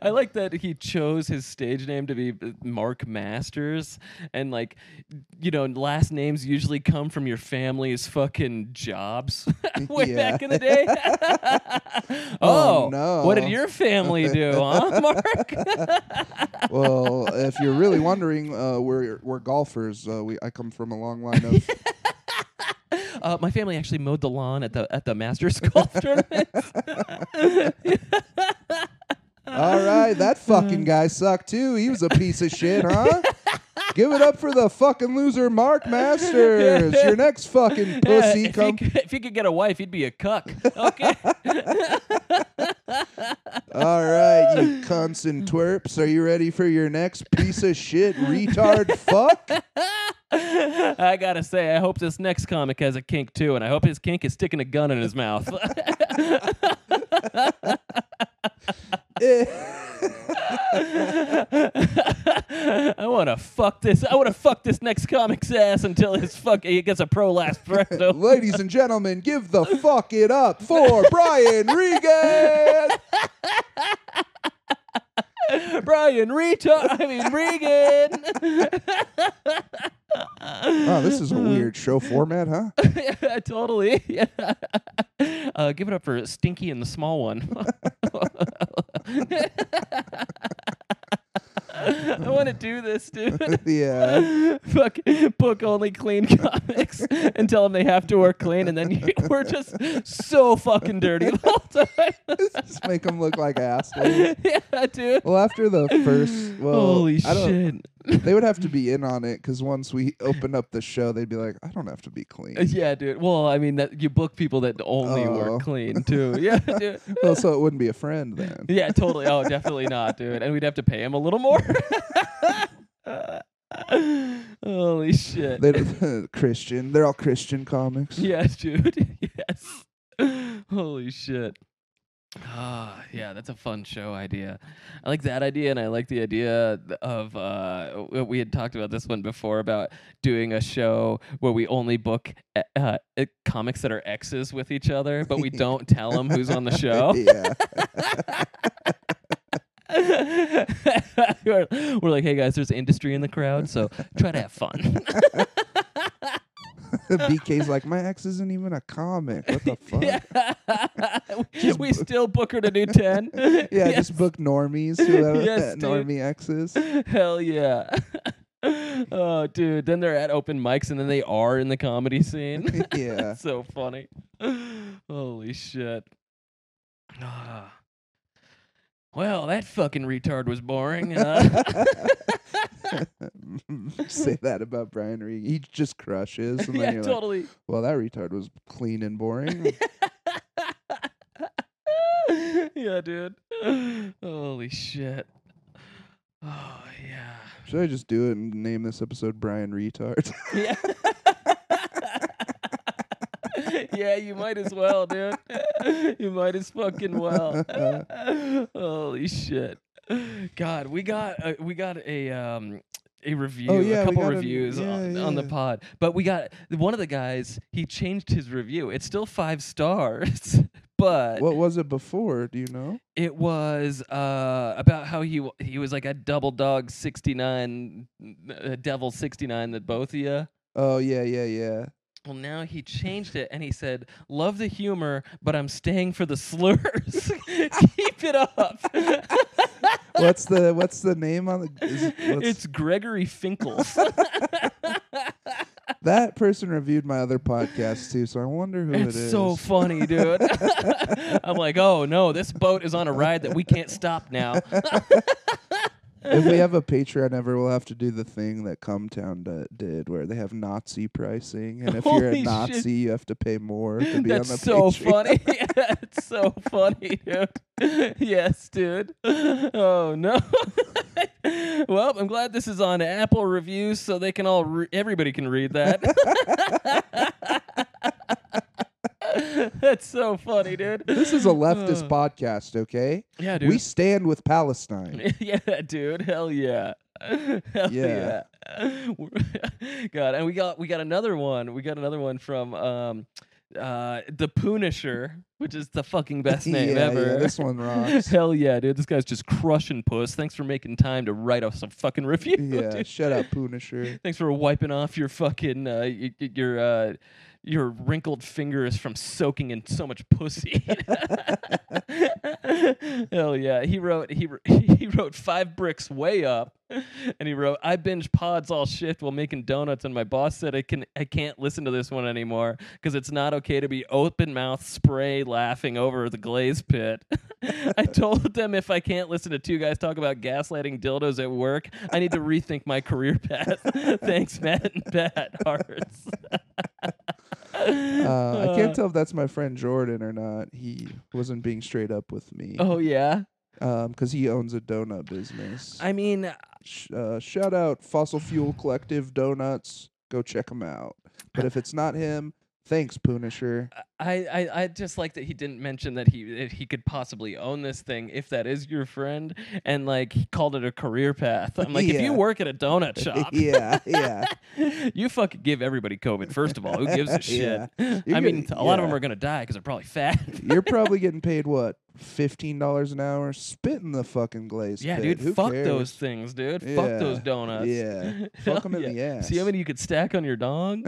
[SPEAKER 2] I like that he chose his stage name to be uh, Mark Masters, and like, you know, last names usually come from your family's fucking jobs. (laughs) Way
[SPEAKER 1] Yeah.
[SPEAKER 2] back in the
[SPEAKER 1] (laughs)
[SPEAKER 2] day.
[SPEAKER 1] Oh,
[SPEAKER 2] oh,
[SPEAKER 1] no.
[SPEAKER 2] What did your family
[SPEAKER 1] (laughs)
[SPEAKER 2] do, huh, Mark? (laughs)
[SPEAKER 1] well, if you're really wondering, uh, we're we're golfers. Uh, we I come from a long line of
[SPEAKER 2] Uh, my family actually mowed the lawn at the at the Masters (laughs) golf tournament.
[SPEAKER 1] All right, that fucking guy sucked too. He was a piece of shit, huh? Give it up for the fucking loser, Mark Masters. Your next fucking pussy.
[SPEAKER 2] (laughs) if,
[SPEAKER 1] Come.
[SPEAKER 2] he could, if he could get a wife, he'd be
[SPEAKER 1] (laughs)
[SPEAKER 2] a cuck. Okay.
[SPEAKER 1] All right, you cunts and twerps. Are you ready for your next piece of shit, retard fuck? (laughs)
[SPEAKER 2] (laughs) I gotta say, I hope this next comic has a kink too, and I hope his kink is sticking a gun in his mouth. (laughs)
[SPEAKER 1] Eh.
[SPEAKER 2] I want to fuck this. I want to fuck this next comic's ass until his fuck he gets a prolapse threat.
[SPEAKER 1] Ladies and gentlemen, give the fuck it up for Brian Regan.
[SPEAKER 2] Brian retard. I mean Regan. (laughs)
[SPEAKER 1] Oh, this is a weird show format, huh?
[SPEAKER 2] yeah, totally. (laughs) Yeah. Uh, give it up for Stinky and the small one. (laughs) I want want to do this, dude. (laughs)
[SPEAKER 1] yeah. (laughs)
[SPEAKER 2] Fuck, book only clean (laughs) comics and tell them they have to work clean, and then you, (laughs) we're just so fucking dirty the whole time. (laughs)
[SPEAKER 1] Just make them look like assholes.
[SPEAKER 2] yeah, dude.
[SPEAKER 1] Well, after the first, Oh, well,
[SPEAKER 2] Holy
[SPEAKER 1] I don't,
[SPEAKER 2] shit.
[SPEAKER 1] They would have to be in on it because once we opened up the show, they'd be like, "I don't have to be clean."
[SPEAKER 2] Yeah, dude. Well, I mean, that you book people that only
[SPEAKER 1] Oh.
[SPEAKER 2] work clean too. (laughs) Yeah, dude.
[SPEAKER 1] well, so it wouldn't be a friend then.
[SPEAKER 2] Yeah, totally. Oh, definitely not, dude. And we'd have to pay him a little more. (laughs) Holy shit.
[SPEAKER 1] They're (laughs) Christian. They're all Christian comics.
[SPEAKER 2] (laughs) Yes, dude. (laughs) yes. Holy shit. Ah, yeah, that's a fun show idea. I like that idea, and I like the idea th- of uh, w- we had talked about this one before about doing a show where we only book uh, uh, uh, comics that are exes with each other, but we don't tell them who's on the show.
[SPEAKER 1] (laughs)
[SPEAKER 2] (laughs)
[SPEAKER 1] yeah.
[SPEAKER 2] we're, we're like, hey guys, there's industry in the crowd, so try to have fun.
[SPEAKER 1] BK's like, my ex isn't even a comic. What the fuck?
[SPEAKER 2] (laughs) yeah.
[SPEAKER 1] Yeah,
[SPEAKER 2] we, we still book her to do 10. (laughs) yeah,
[SPEAKER 1] just book normies who have (laughs)
[SPEAKER 2] (laughs) Yes, dude.
[SPEAKER 1] normie exes.
[SPEAKER 2] (laughs) Hell yeah. oh, dude. Then they're at open mics and then they are in the comedy scene. (laughs)
[SPEAKER 1] (laughs) yeah.
[SPEAKER 2] so funny. (laughs) Holy shit. (sighs) Ah. Well, that fucking retard was boring.
[SPEAKER 1] (laughs)
[SPEAKER 2] (laughs) Uh,
[SPEAKER 1] Say that about Brian Regan. He just crushes. And then
[SPEAKER 2] yeah,
[SPEAKER 1] you're like,
[SPEAKER 2] totally.
[SPEAKER 1] well, that retard was clean and
[SPEAKER 2] (laughs)
[SPEAKER 1] boring.
[SPEAKER 2] yeah, dude. (sighs) Holy shit. (sighs) Oh, yeah.
[SPEAKER 1] Should I just do it and name this episode Brian Retard?
[SPEAKER 2] Yeah. (laughs) yeah, you might as well, dude. you might as fucking well. (laughs) Holy shit. God, we got a, we got a um a review,
[SPEAKER 1] Oh, yeah,
[SPEAKER 2] a
[SPEAKER 1] we
[SPEAKER 2] couple
[SPEAKER 1] got a-
[SPEAKER 2] reviews on,
[SPEAKER 1] yeah,
[SPEAKER 2] on the
[SPEAKER 1] yeah.
[SPEAKER 2] pod. But we got one of the guys, he changed his review. It's still 5 stars, (laughs) but
[SPEAKER 1] what was it before? Do you know?
[SPEAKER 2] it was uh, about how he w- he was like a double dog 69 uh, devil 69 that both of you
[SPEAKER 1] Oh, yeah, yeah, yeah.
[SPEAKER 2] well, now he changed it and he said, "Love the humor, but I'm staying for the slurs. (laughs) Keep it up." (laughs)
[SPEAKER 1] What's the what's the name on the is, it- what's,
[SPEAKER 2] it's Gregory Finkles.
[SPEAKER 1] that person reviewed my other podcast too, so I wonder who it
[SPEAKER 2] it's
[SPEAKER 1] is.
[SPEAKER 2] so funny, dude. (laughs) I'm like, "Oh no, this boat is on a ride that we can't stop now."
[SPEAKER 1] if we
[SPEAKER 2] (laughs)
[SPEAKER 1] have a Patreon ever, we'll have to do the thing that Cumtown d- did, where they have Nazi pricing, and if you're
[SPEAKER 2] Holy
[SPEAKER 1] a
[SPEAKER 2] shit.
[SPEAKER 1] Nazi, you have to pay more to be on
[SPEAKER 2] That's
[SPEAKER 1] the (laughs)
[SPEAKER 2] so
[SPEAKER 1] Patreon.
[SPEAKER 2] funny. (laughs) That's so funny, dude. (laughs) yes, dude. Oh no. (laughs) well, I'm glad this is on Apple reviews, so they can all re- everybody can read that.
[SPEAKER 1] (laughs)
[SPEAKER 2] (laughs) That's so funny, dude.
[SPEAKER 1] This is a leftist
[SPEAKER 2] Uh,
[SPEAKER 1] podcast, okay?
[SPEAKER 2] yeah, dude.
[SPEAKER 1] We stand with
[SPEAKER 2] (laughs)
[SPEAKER 1] Palestine.
[SPEAKER 2] yeah, dude. Hell yeah. (laughs) Hell yeah. (laughs)
[SPEAKER 1] Yeah.
[SPEAKER 2] We're- God, and we got we got another one. We got another one from um uh the Punisher, which is the
[SPEAKER 1] (laughs)
[SPEAKER 2] fucking best name
[SPEAKER 1] yeah,
[SPEAKER 2] ever.
[SPEAKER 1] yeah, this one
[SPEAKER 2] (laughs)
[SPEAKER 1] rocks.
[SPEAKER 2] Hell yeah, dude. This guy's just crushing puss. Thanks for making time to write us a fucking review. (laughs)
[SPEAKER 1] yeah,
[SPEAKER 2] dude.
[SPEAKER 1] shut up, Punisher.
[SPEAKER 2] Thanks for wiping off your fucking uh, y- y- your uh, your wrinkled fingers from soaking in so much pussy. (laughs) Hell yeah! He wrote he (laughs) wr- he wrote five bricks way up, (laughs) and he wrote I binge pods all shift while making donuts, and my boss said I can I can't listen to this one anymore because it's not okay to be open mouth spray laughing over the glaze pit. (laughs) I told them if I can't listen to two guys talk about gaslighting dildos at work, I need to rethink my career path. (laughs) Thanks, Matt and Pat Hearts.
[SPEAKER 1] Uh,
[SPEAKER 2] (laughs)
[SPEAKER 1] I can't tell if that's my friend Jordan or not. He wasn't being straight up with me
[SPEAKER 2] Oh yeah,
[SPEAKER 1] because he owns a donut business.
[SPEAKER 2] I mean,
[SPEAKER 1] Sh- uh, shout out Fossil Fuel Collective Donuts. Go check them out. But if it's not him, thanks, Punisher.
[SPEAKER 2] I, I, I just like that he didn't mention that he that he could possibly own this thing if that is your friend, and like he called it a career path. I'm like, if
[SPEAKER 1] Yeah.
[SPEAKER 2] you work at
[SPEAKER 1] (laughs)
[SPEAKER 2] a donut shop,
[SPEAKER 1] yeah, yeah.
[SPEAKER 2] (laughs) you fucking give everybody COVID. First of all, who gives a shit?
[SPEAKER 1] (laughs) Yeah.
[SPEAKER 2] I
[SPEAKER 1] You're
[SPEAKER 2] mean,
[SPEAKER 1] gonna-
[SPEAKER 2] a lot of
[SPEAKER 1] yeah.
[SPEAKER 2] them are gonna die because they're probably fat.
[SPEAKER 1] You're probably getting paid what fifteen dollars an hour? Spitting the fucking glaze.
[SPEAKER 2] yeah,
[SPEAKER 1] pit.
[SPEAKER 2] dude,
[SPEAKER 1] Who
[SPEAKER 2] fuck
[SPEAKER 1] cares?
[SPEAKER 2] those (laughs) things, dude. Fuck those
[SPEAKER 1] Yeah,
[SPEAKER 2] donuts. (laughs)
[SPEAKER 1] Yeah, fuck them in the ass.
[SPEAKER 2] See how many you could stack on your
[SPEAKER 1] (laughs)
[SPEAKER 2] dong?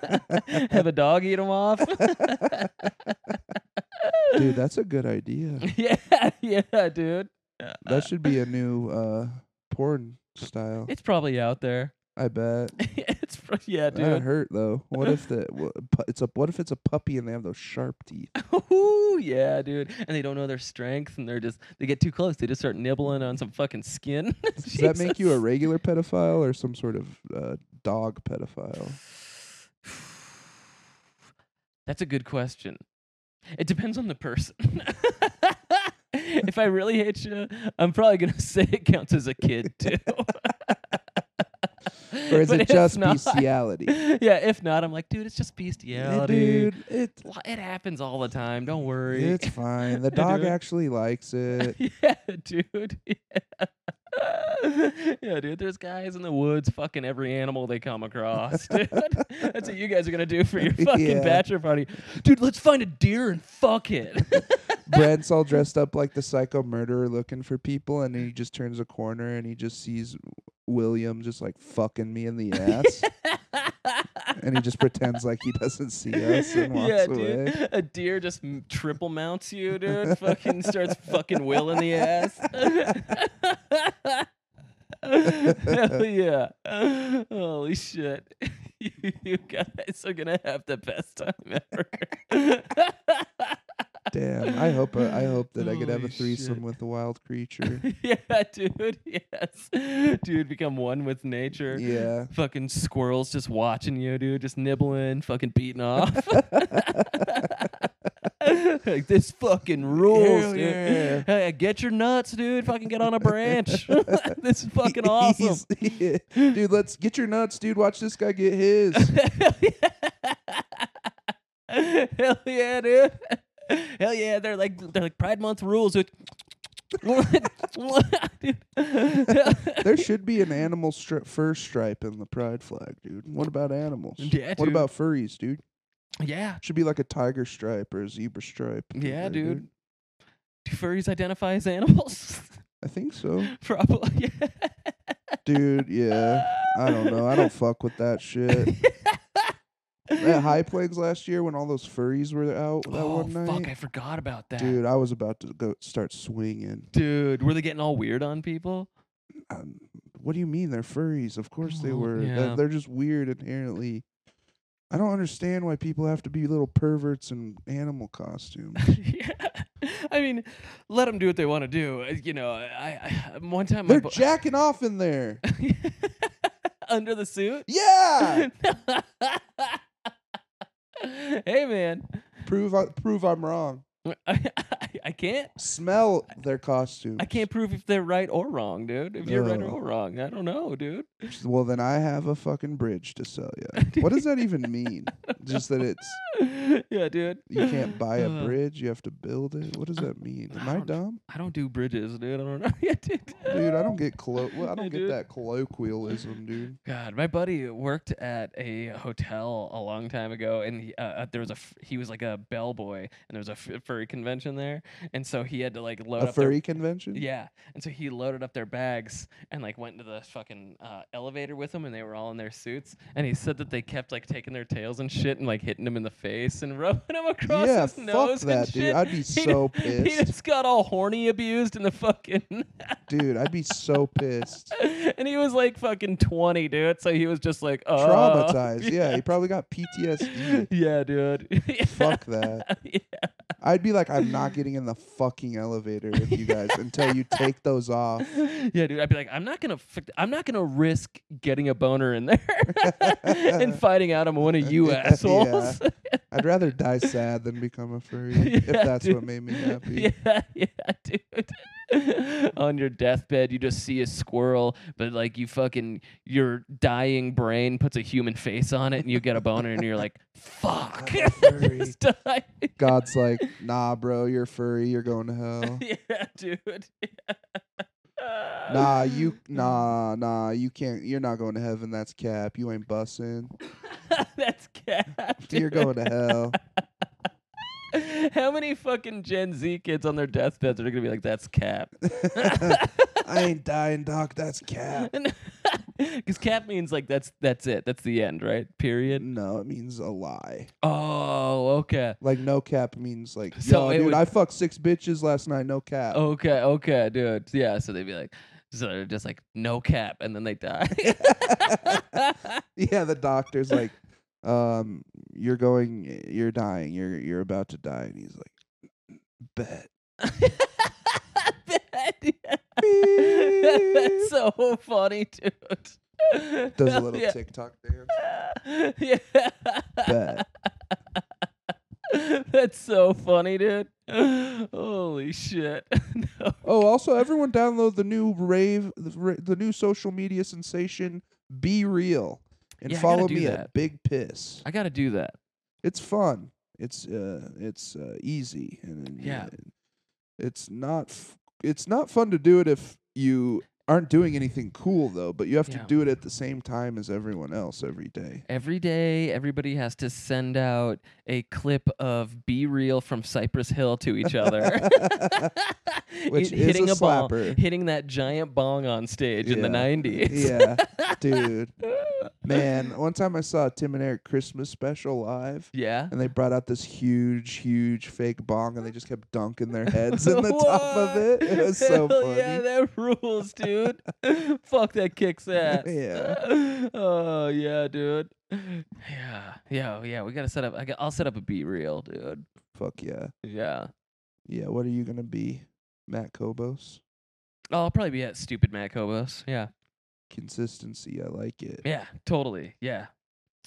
[SPEAKER 2] (laughs) Have a dog eat them off? (laughs)
[SPEAKER 1] Dude, that's a good idea.
[SPEAKER 2] (laughs) yeah, yeah, dude.
[SPEAKER 1] That should be a new uh, porn
[SPEAKER 2] (laughs)
[SPEAKER 1] style.
[SPEAKER 2] It's probably out there. (laughs)
[SPEAKER 1] I bet.
[SPEAKER 2] it's pro- yeah,
[SPEAKER 1] That
[SPEAKER 2] dude.
[SPEAKER 1] hurt though. What if
[SPEAKER 2] (laughs)
[SPEAKER 1] the wha- pu- it's a what if it's a puppy and they have those sharp teeth?
[SPEAKER 2] Ooh, yeah, dude. And they don't know their strength, and they're just they get too close. They just start nibbling on some fucking skin. (laughs)
[SPEAKER 1] Does that make you a
[SPEAKER 2] Jesus.
[SPEAKER 1] regular pedophile or some sort of uh, dog pedophile?
[SPEAKER 2] That's a good question. It depends on the person. (laughs) if I really hate you, I'm probably gonna (laughs) say it counts as a kid too.
[SPEAKER 1] (laughs)
[SPEAKER 2] (laughs)
[SPEAKER 1] Or is
[SPEAKER 2] But
[SPEAKER 1] it
[SPEAKER 2] if
[SPEAKER 1] just
[SPEAKER 2] not-
[SPEAKER 1] bestiality?
[SPEAKER 2] (laughs) Yeah, if not, I'm like, dude, it's just
[SPEAKER 1] Yeah,
[SPEAKER 2] bestiality.
[SPEAKER 1] dude, it
[SPEAKER 2] Well, It happens all the time. Don't worry.
[SPEAKER 1] it's fine.
[SPEAKER 2] (laughs)
[SPEAKER 1] The
[SPEAKER 2] I
[SPEAKER 1] dog
[SPEAKER 2] do.
[SPEAKER 1] actually likes
[SPEAKER 2] (laughs)
[SPEAKER 1] it. (laughs)
[SPEAKER 2] yeah, dude. (laughs) Yeah. yeah, dude. There's guys in the woods fucking every animal they come across, (laughs) dude. That's what you guys are gonna do
[SPEAKER 1] (laughs)
[SPEAKER 2] for your fucking
[SPEAKER 1] Yeah.
[SPEAKER 2] bachelor party, dude. Let's find a deer and
[SPEAKER 1] (laughs)
[SPEAKER 2] fuck it.
[SPEAKER 1] Brent's all dressed up like the psycho murderer looking for people, and then he just turns a corner and he just sees William just like fucking me in the
[SPEAKER 2] (laughs)
[SPEAKER 1] ass, and he just pretends like he doesn't see us
[SPEAKER 2] (laughs)
[SPEAKER 1] and walks
[SPEAKER 2] yeah,
[SPEAKER 1] away.
[SPEAKER 2] dude. A deer just m- triple mounts you, dude. fucking starts fucking Will in the ass. (laughs) Hell yeah. Holy shit. (laughs) you, you guys are going to have the best time ever.
[SPEAKER 1] Damn, I hope I hope that I could have a
[SPEAKER 2] Holy
[SPEAKER 1] threesome
[SPEAKER 2] shit.
[SPEAKER 1] with a wild
[SPEAKER 2] (laughs)
[SPEAKER 1] creature.
[SPEAKER 2] yeah, dude. Yes. Dude, become one with nature.
[SPEAKER 1] yeah.
[SPEAKER 2] Fucking squirrels just watching you, dude. Just nibbling, fucking
[SPEAKER 1] (laughs)
[SPEAKER 2] beating off. (laughs) like this fucking rules,
[SPEAKER 1] Hell
[SPEAKER 2] dude.
[SPEAKER 1] yeah.
[SPEAKER 2] Hey, get your nuts, dude. Fucking get on
[SPEAKER 1] (laughs)
[SPEAKER 2] a branch. (laughs) this is fucking awesome. (laughs)
[SPEAKER 1] He's- Dude, let's get your nuts, dude. Watch this guy get his.
[SPEAKER 2] Hell yeah, dude. (laughs) Hell yeah, they're like they're like Pride Month
[SPEAKER 1] (laughs)
[SPEAKER 2] rules, dude. (laughs) Dude.
[SPEAKER 1] There should be an animal stri- fur stripe in the pride flag, dude. What about animals?
[SPEAKER 2] (laughs) Yeah,
[SPEAKER 1] what
[SPEAKER 2] dude.
[SPEAKER 1] about furries, dude?
[SPEAKER 2] yeah,
[SPEAKER 1] Should be like a tiger stripe or a zebra stripe. in
[SPEAKER 2] Yeah,
[SPEAKER 1] there,
[SPEAKER 2] dude. Do furries identify as animals? (laughs)
[SPEAKER 1] I think so.
[SPEAKER 2] Probably. (laughs)
[SPEAKER 1] Dude, yeah. I don't know. I don't fuck with that shit.
[SPEAKER 2] (laughs)
[SPEAKER 1] At High Plains last year when all those furries were out that
[SPEAKER 2] oh,
[SPEAKER 1] one night.
[SPEAKER 2] fuck, I forgot about that.
[SPEAKER 1] dude, I was about to go start swinging.
[SPEAKER 2] Dude, were they getting all weird on people? (laughs)
[SPEAKER 1] um, what do you mean they're furries? Of course they
[SPEAKER 2] Well,
[SPEAKER 1] were. They're-
[SPEAKER 2] Oh, yeah.
[SPEAKER 1] They're just weird inherently. I don't understand why people have to be little perverts in animal costumes.
[SPEAKER 2] yeah. I mean, let them do what they want to do. Uh, You know, I, I one time
[SPEAKER 1] they're
[SPEAKER 2] (laughs) my bo-
[SPEAKER 1] jacking off in there.
[SPEAKER 2] (laughs) under the suit.
[SPEAKER 1] Yeah,
[SPEAKER 2] (laughs) hey man,
[SPEAKER 1] prove I, prove I'm wrong.
[SPEAKER 2] I, I, I can't.
[SPEAKER 1] Smell their costumes.
[SPEAKER 2] I can't prove if they're right or wrong, dude. If you're right
[SPEAKER 1] Ugh.
[SPEAKER 2] or wrong, I don't know, dude. (laughs)
[SPEAKER 1] Well, then I have a fucking bridge to sell you. what does that even
[SPEAKER 2] (laughs)
[SPEAKER 1] mean? Just that it's
[SPEAKER 2] yeah, dude.
[SPEAKER 1] you can't buy a
[SPEAKER 2] Uh,
[SPEAKER 1] bridge, you have to build it. What does that mean? Am
[SPEAKER 2] I
[SPEAKER 1] I
[SPEAKER 2] don't-
[SPEAKER 1] dumb,
[SPEAKER 2] I don't do bridges, dude. I don't know. (laughs) yeah, dude.
[SPEAKER 1] dude? I don't get collo-
[SPEAKER 2] (laughs)
[SPEAKER 1] well, I don't get
[SPEAKER 2] Dude.
[SPEAKER 1] that colloquialism, dude.
[SPEAKER 2] God, my buddy worked at a hotel a long time ago, and he, uh, uh, there was a f- he was like a bellboy, and there was a f- furry convention there, and so he had to like load
[SPEAKER 1] A
[SPEAKER 2] up their
[SPEAKER 1] furry convention?
[SPEAKER 2] yeah, and so he loaded up their bags and like went into the fucking uh, elevator with them, and they were all in their suits, and he said that they kept like taking their tails and shit and like hitting him in the face and (laughs) rubbing him across
[SPEAKER 1] Yeah,
[SPEAKER 2] his
[SPEAKER 1] fuck
[SPEAKER 2] nose
[SPEAKER 1] that,
[SPEAKER 2] and
[SPEAKER 1] dude.
[SPEAKER 2] shit.
[SPEAKER 1] I'd be
[SPEAKER 2] He
[SPEAKER 1] so
[SPEAKER 2] d- (laughs) He
[SPEAKER 1] pissed.
[SPEAKER 2] just got all horny abused in the fucking.
[SPEAKER 1] dude i'd be so pissed
[SPEAKER 2] and he was like fucking 20, dude. So he was just like, (laughs) oh.
[SPEAKER 1] traumatized yeah he probably got ptsd
[SPEAKER 2] (laughs) Yeah, dude. (laughs)
[SPEAKER 1] fuck that
[SPEAKER 2] Yeah.
[SPEAKER 1] i'd be like i'm not getting in the fucking elevator with you
[SPEAKER 2] (laughs)
[SPEAKER 1] guys until you take those off
[SPEAKER 2] yeah, dude. I'd be like, I'm not gonna, fi- I'm not gonna risk getting a boner in there (laughs) and
[SPEAKER 1] (laughs)
[SPEAKER 2] finding out I'm one of you
[SPEAKER 1] Yeah,
[SPEAKER 2] assholes.
[SPEAKER 1] i'd rather die sad than become a furry if
[SPEAKER 2] (laughs) Yeah,
[SPEAKER 1] that's
[SPEAKER 2] dude.
[SPEAKER 1] what made me happy
[SPEAKER 2] (laughs) yeah, yeah, dude. (laughs) On your deathbed, you just see a squirrel, but like you fucking your dying brain puts a human face on it, and you get a boner, and
[SPEAKER 1] (laughs)
[SPEAKER 2] you're like, "Fuck!"
[SPEAKER 1] I'm a
[SPEAKER 2] (laughs)
[SPEAKER 1] furry.
[SPEAKER 2] Just die.
[SPEAKER 1] god's like nah bro you're furry you're going to (laughs)
[SPEAKER 2] (laughs)
[SPEAKER 1] hell
[SPEAKER 2] yeah, dude. (laughs)
[SPEAKER 1] nah you nah
[SPEAKER 2] Mm.
[SPEAKER 1] nah you can't you're not going to heaven that's cap you ain't
[SPEAKER 2] (laughs)
[SPEAKER 1] bussing (laughs)
[SPEAKER 2] That's cat.
[SPEAKER 1] you're going to hell
[SPEAKER 2] How many fucking Gen Z kids on their deathbeds are gonna be like, "That's cap"? (laughs)
[SPEAKER 1] i ain't dying doc that's (laughs) cap
[SPEAKER 2] Because cap means like that's that's it, that's the end, right? Period.
[SPEAKER 1] no it means a lie
[SPEAKER 2] Oh, okay,
[SPEAKER 1] Like no cap means like
[SPEAKER 2] (laughs) So
[SPEAKER 1] yo,
[SPEAKER 2] it
[SPEAKER 1] dude.
[SPEAKER 2] would- Oh.
[SPEAKER 1] I fucked six bitches last night. No cap.
[SPEAKER 2] okay, okay, dude. Yeah, so they'd be like, So they're just like, no cap. And then they die.
[SPEAKER 1] (laughs)
[SPEAKER 2] (laughs)
[SPEAKER 1] Yeah, the doctor's like, um, you're going, you're dying, you're you're about to die, and he's like,
[SPEAKER 2] (laughs)
[SPEAKER 1] bet.
[SPEAKER 2] That's so funny, dude.
[SPEAKER 1] Does a
[SPEAKER 2] Hell
[SPEAKER 1] little
[SPEAKER 2] (laughs) yeah.
[SPEAKER 1] TikTok dance.
[SPEAKER 2] (laughs) yeah.
[SPEAKER 1] Bet.
[SPEAKER 2] That's so funny, dude. Holy shit. (laughs) No.
[SPEAKER 1] Oh, also, everyone download the new rave, the ra- the new social media sensation, Be Real, and
[SPEAKER 2] Yeah, I gotta
[SPEAKER 1] follow
[SPEAKER 2] do
[SPEAKER 1] me
[SPEAKER 2] that.
[SPEAKER 1] at Big Piss.
[SPEAKER 2] I got to do that.
[SPEAKER 1] It's fun. It's uh, it's uh, easy, and, and
[SPEAKER 2] Yeah.
[SPEAKER 1] and it's not f- it's not fun to do it if you aren't doing anything cool though. But you have
[SPEAKER 2] Yeah.
[SPEAKER 1] to do it at the same time as everyone else every day.
[SPEAKER 2] Every day, everybody has to send out a clip of Be Real from Cypress Hill to
[SPEAKER 1] (laughs)
[SPEAKER 2] each other. (laughs)
[SPEAKER 1] Which
[SPEAKER 2] Hit-
[SPEAKER 1] is
[SPEAKER 2] hitting
[SPEAKER 1] a
[SPEAKER 2] bong-
[SPEAKER 1] slapper.
[SPEAKER 2] hitting that giant bong on stage in
[SPEAKER 1] Yeah.
[SPEAKER 2] the (laughs) 90s.
[SPEAKER 1] yeah,
[SPEAKER 2] (laughs)
[SPEAKER 1] dude, man. One time I saw a Tim and Eric Christmas special live.
[SPEAKER 2] yeah. (laughs)
[SPEAKER 1] and they brought out this huge, huge fake bong, and they just kept dunking their heads in the top of it. It was so
[SPEAKER 2] Hell
[SPEAKER 1] funny.
[SPEAKER 2] Yeah, that rules, dude. (laughs) Fuck that kicks ass.
[SPEAKER 1] (laughs) Yeah.
[SPEAKER 2] (laughs) Oh yeah, dude. Yeah, yeah, oh, yeah. We gotta set up. I got, I'll set up a beat reel, dude.
[SPEAKER 1] Fuck yeah,
[SPEAKER 2] Yeah.
[SPEAKER 1] yeah. What are you gonna be, Matt Kobos?
[SPEAKER 2] Oh, I'll probably be at stupid Matt Kobos. Yeah.
[SPEAKER 1] Consistency, I like it.
[SPEAKER 2] Yeah. Totally. Yeah.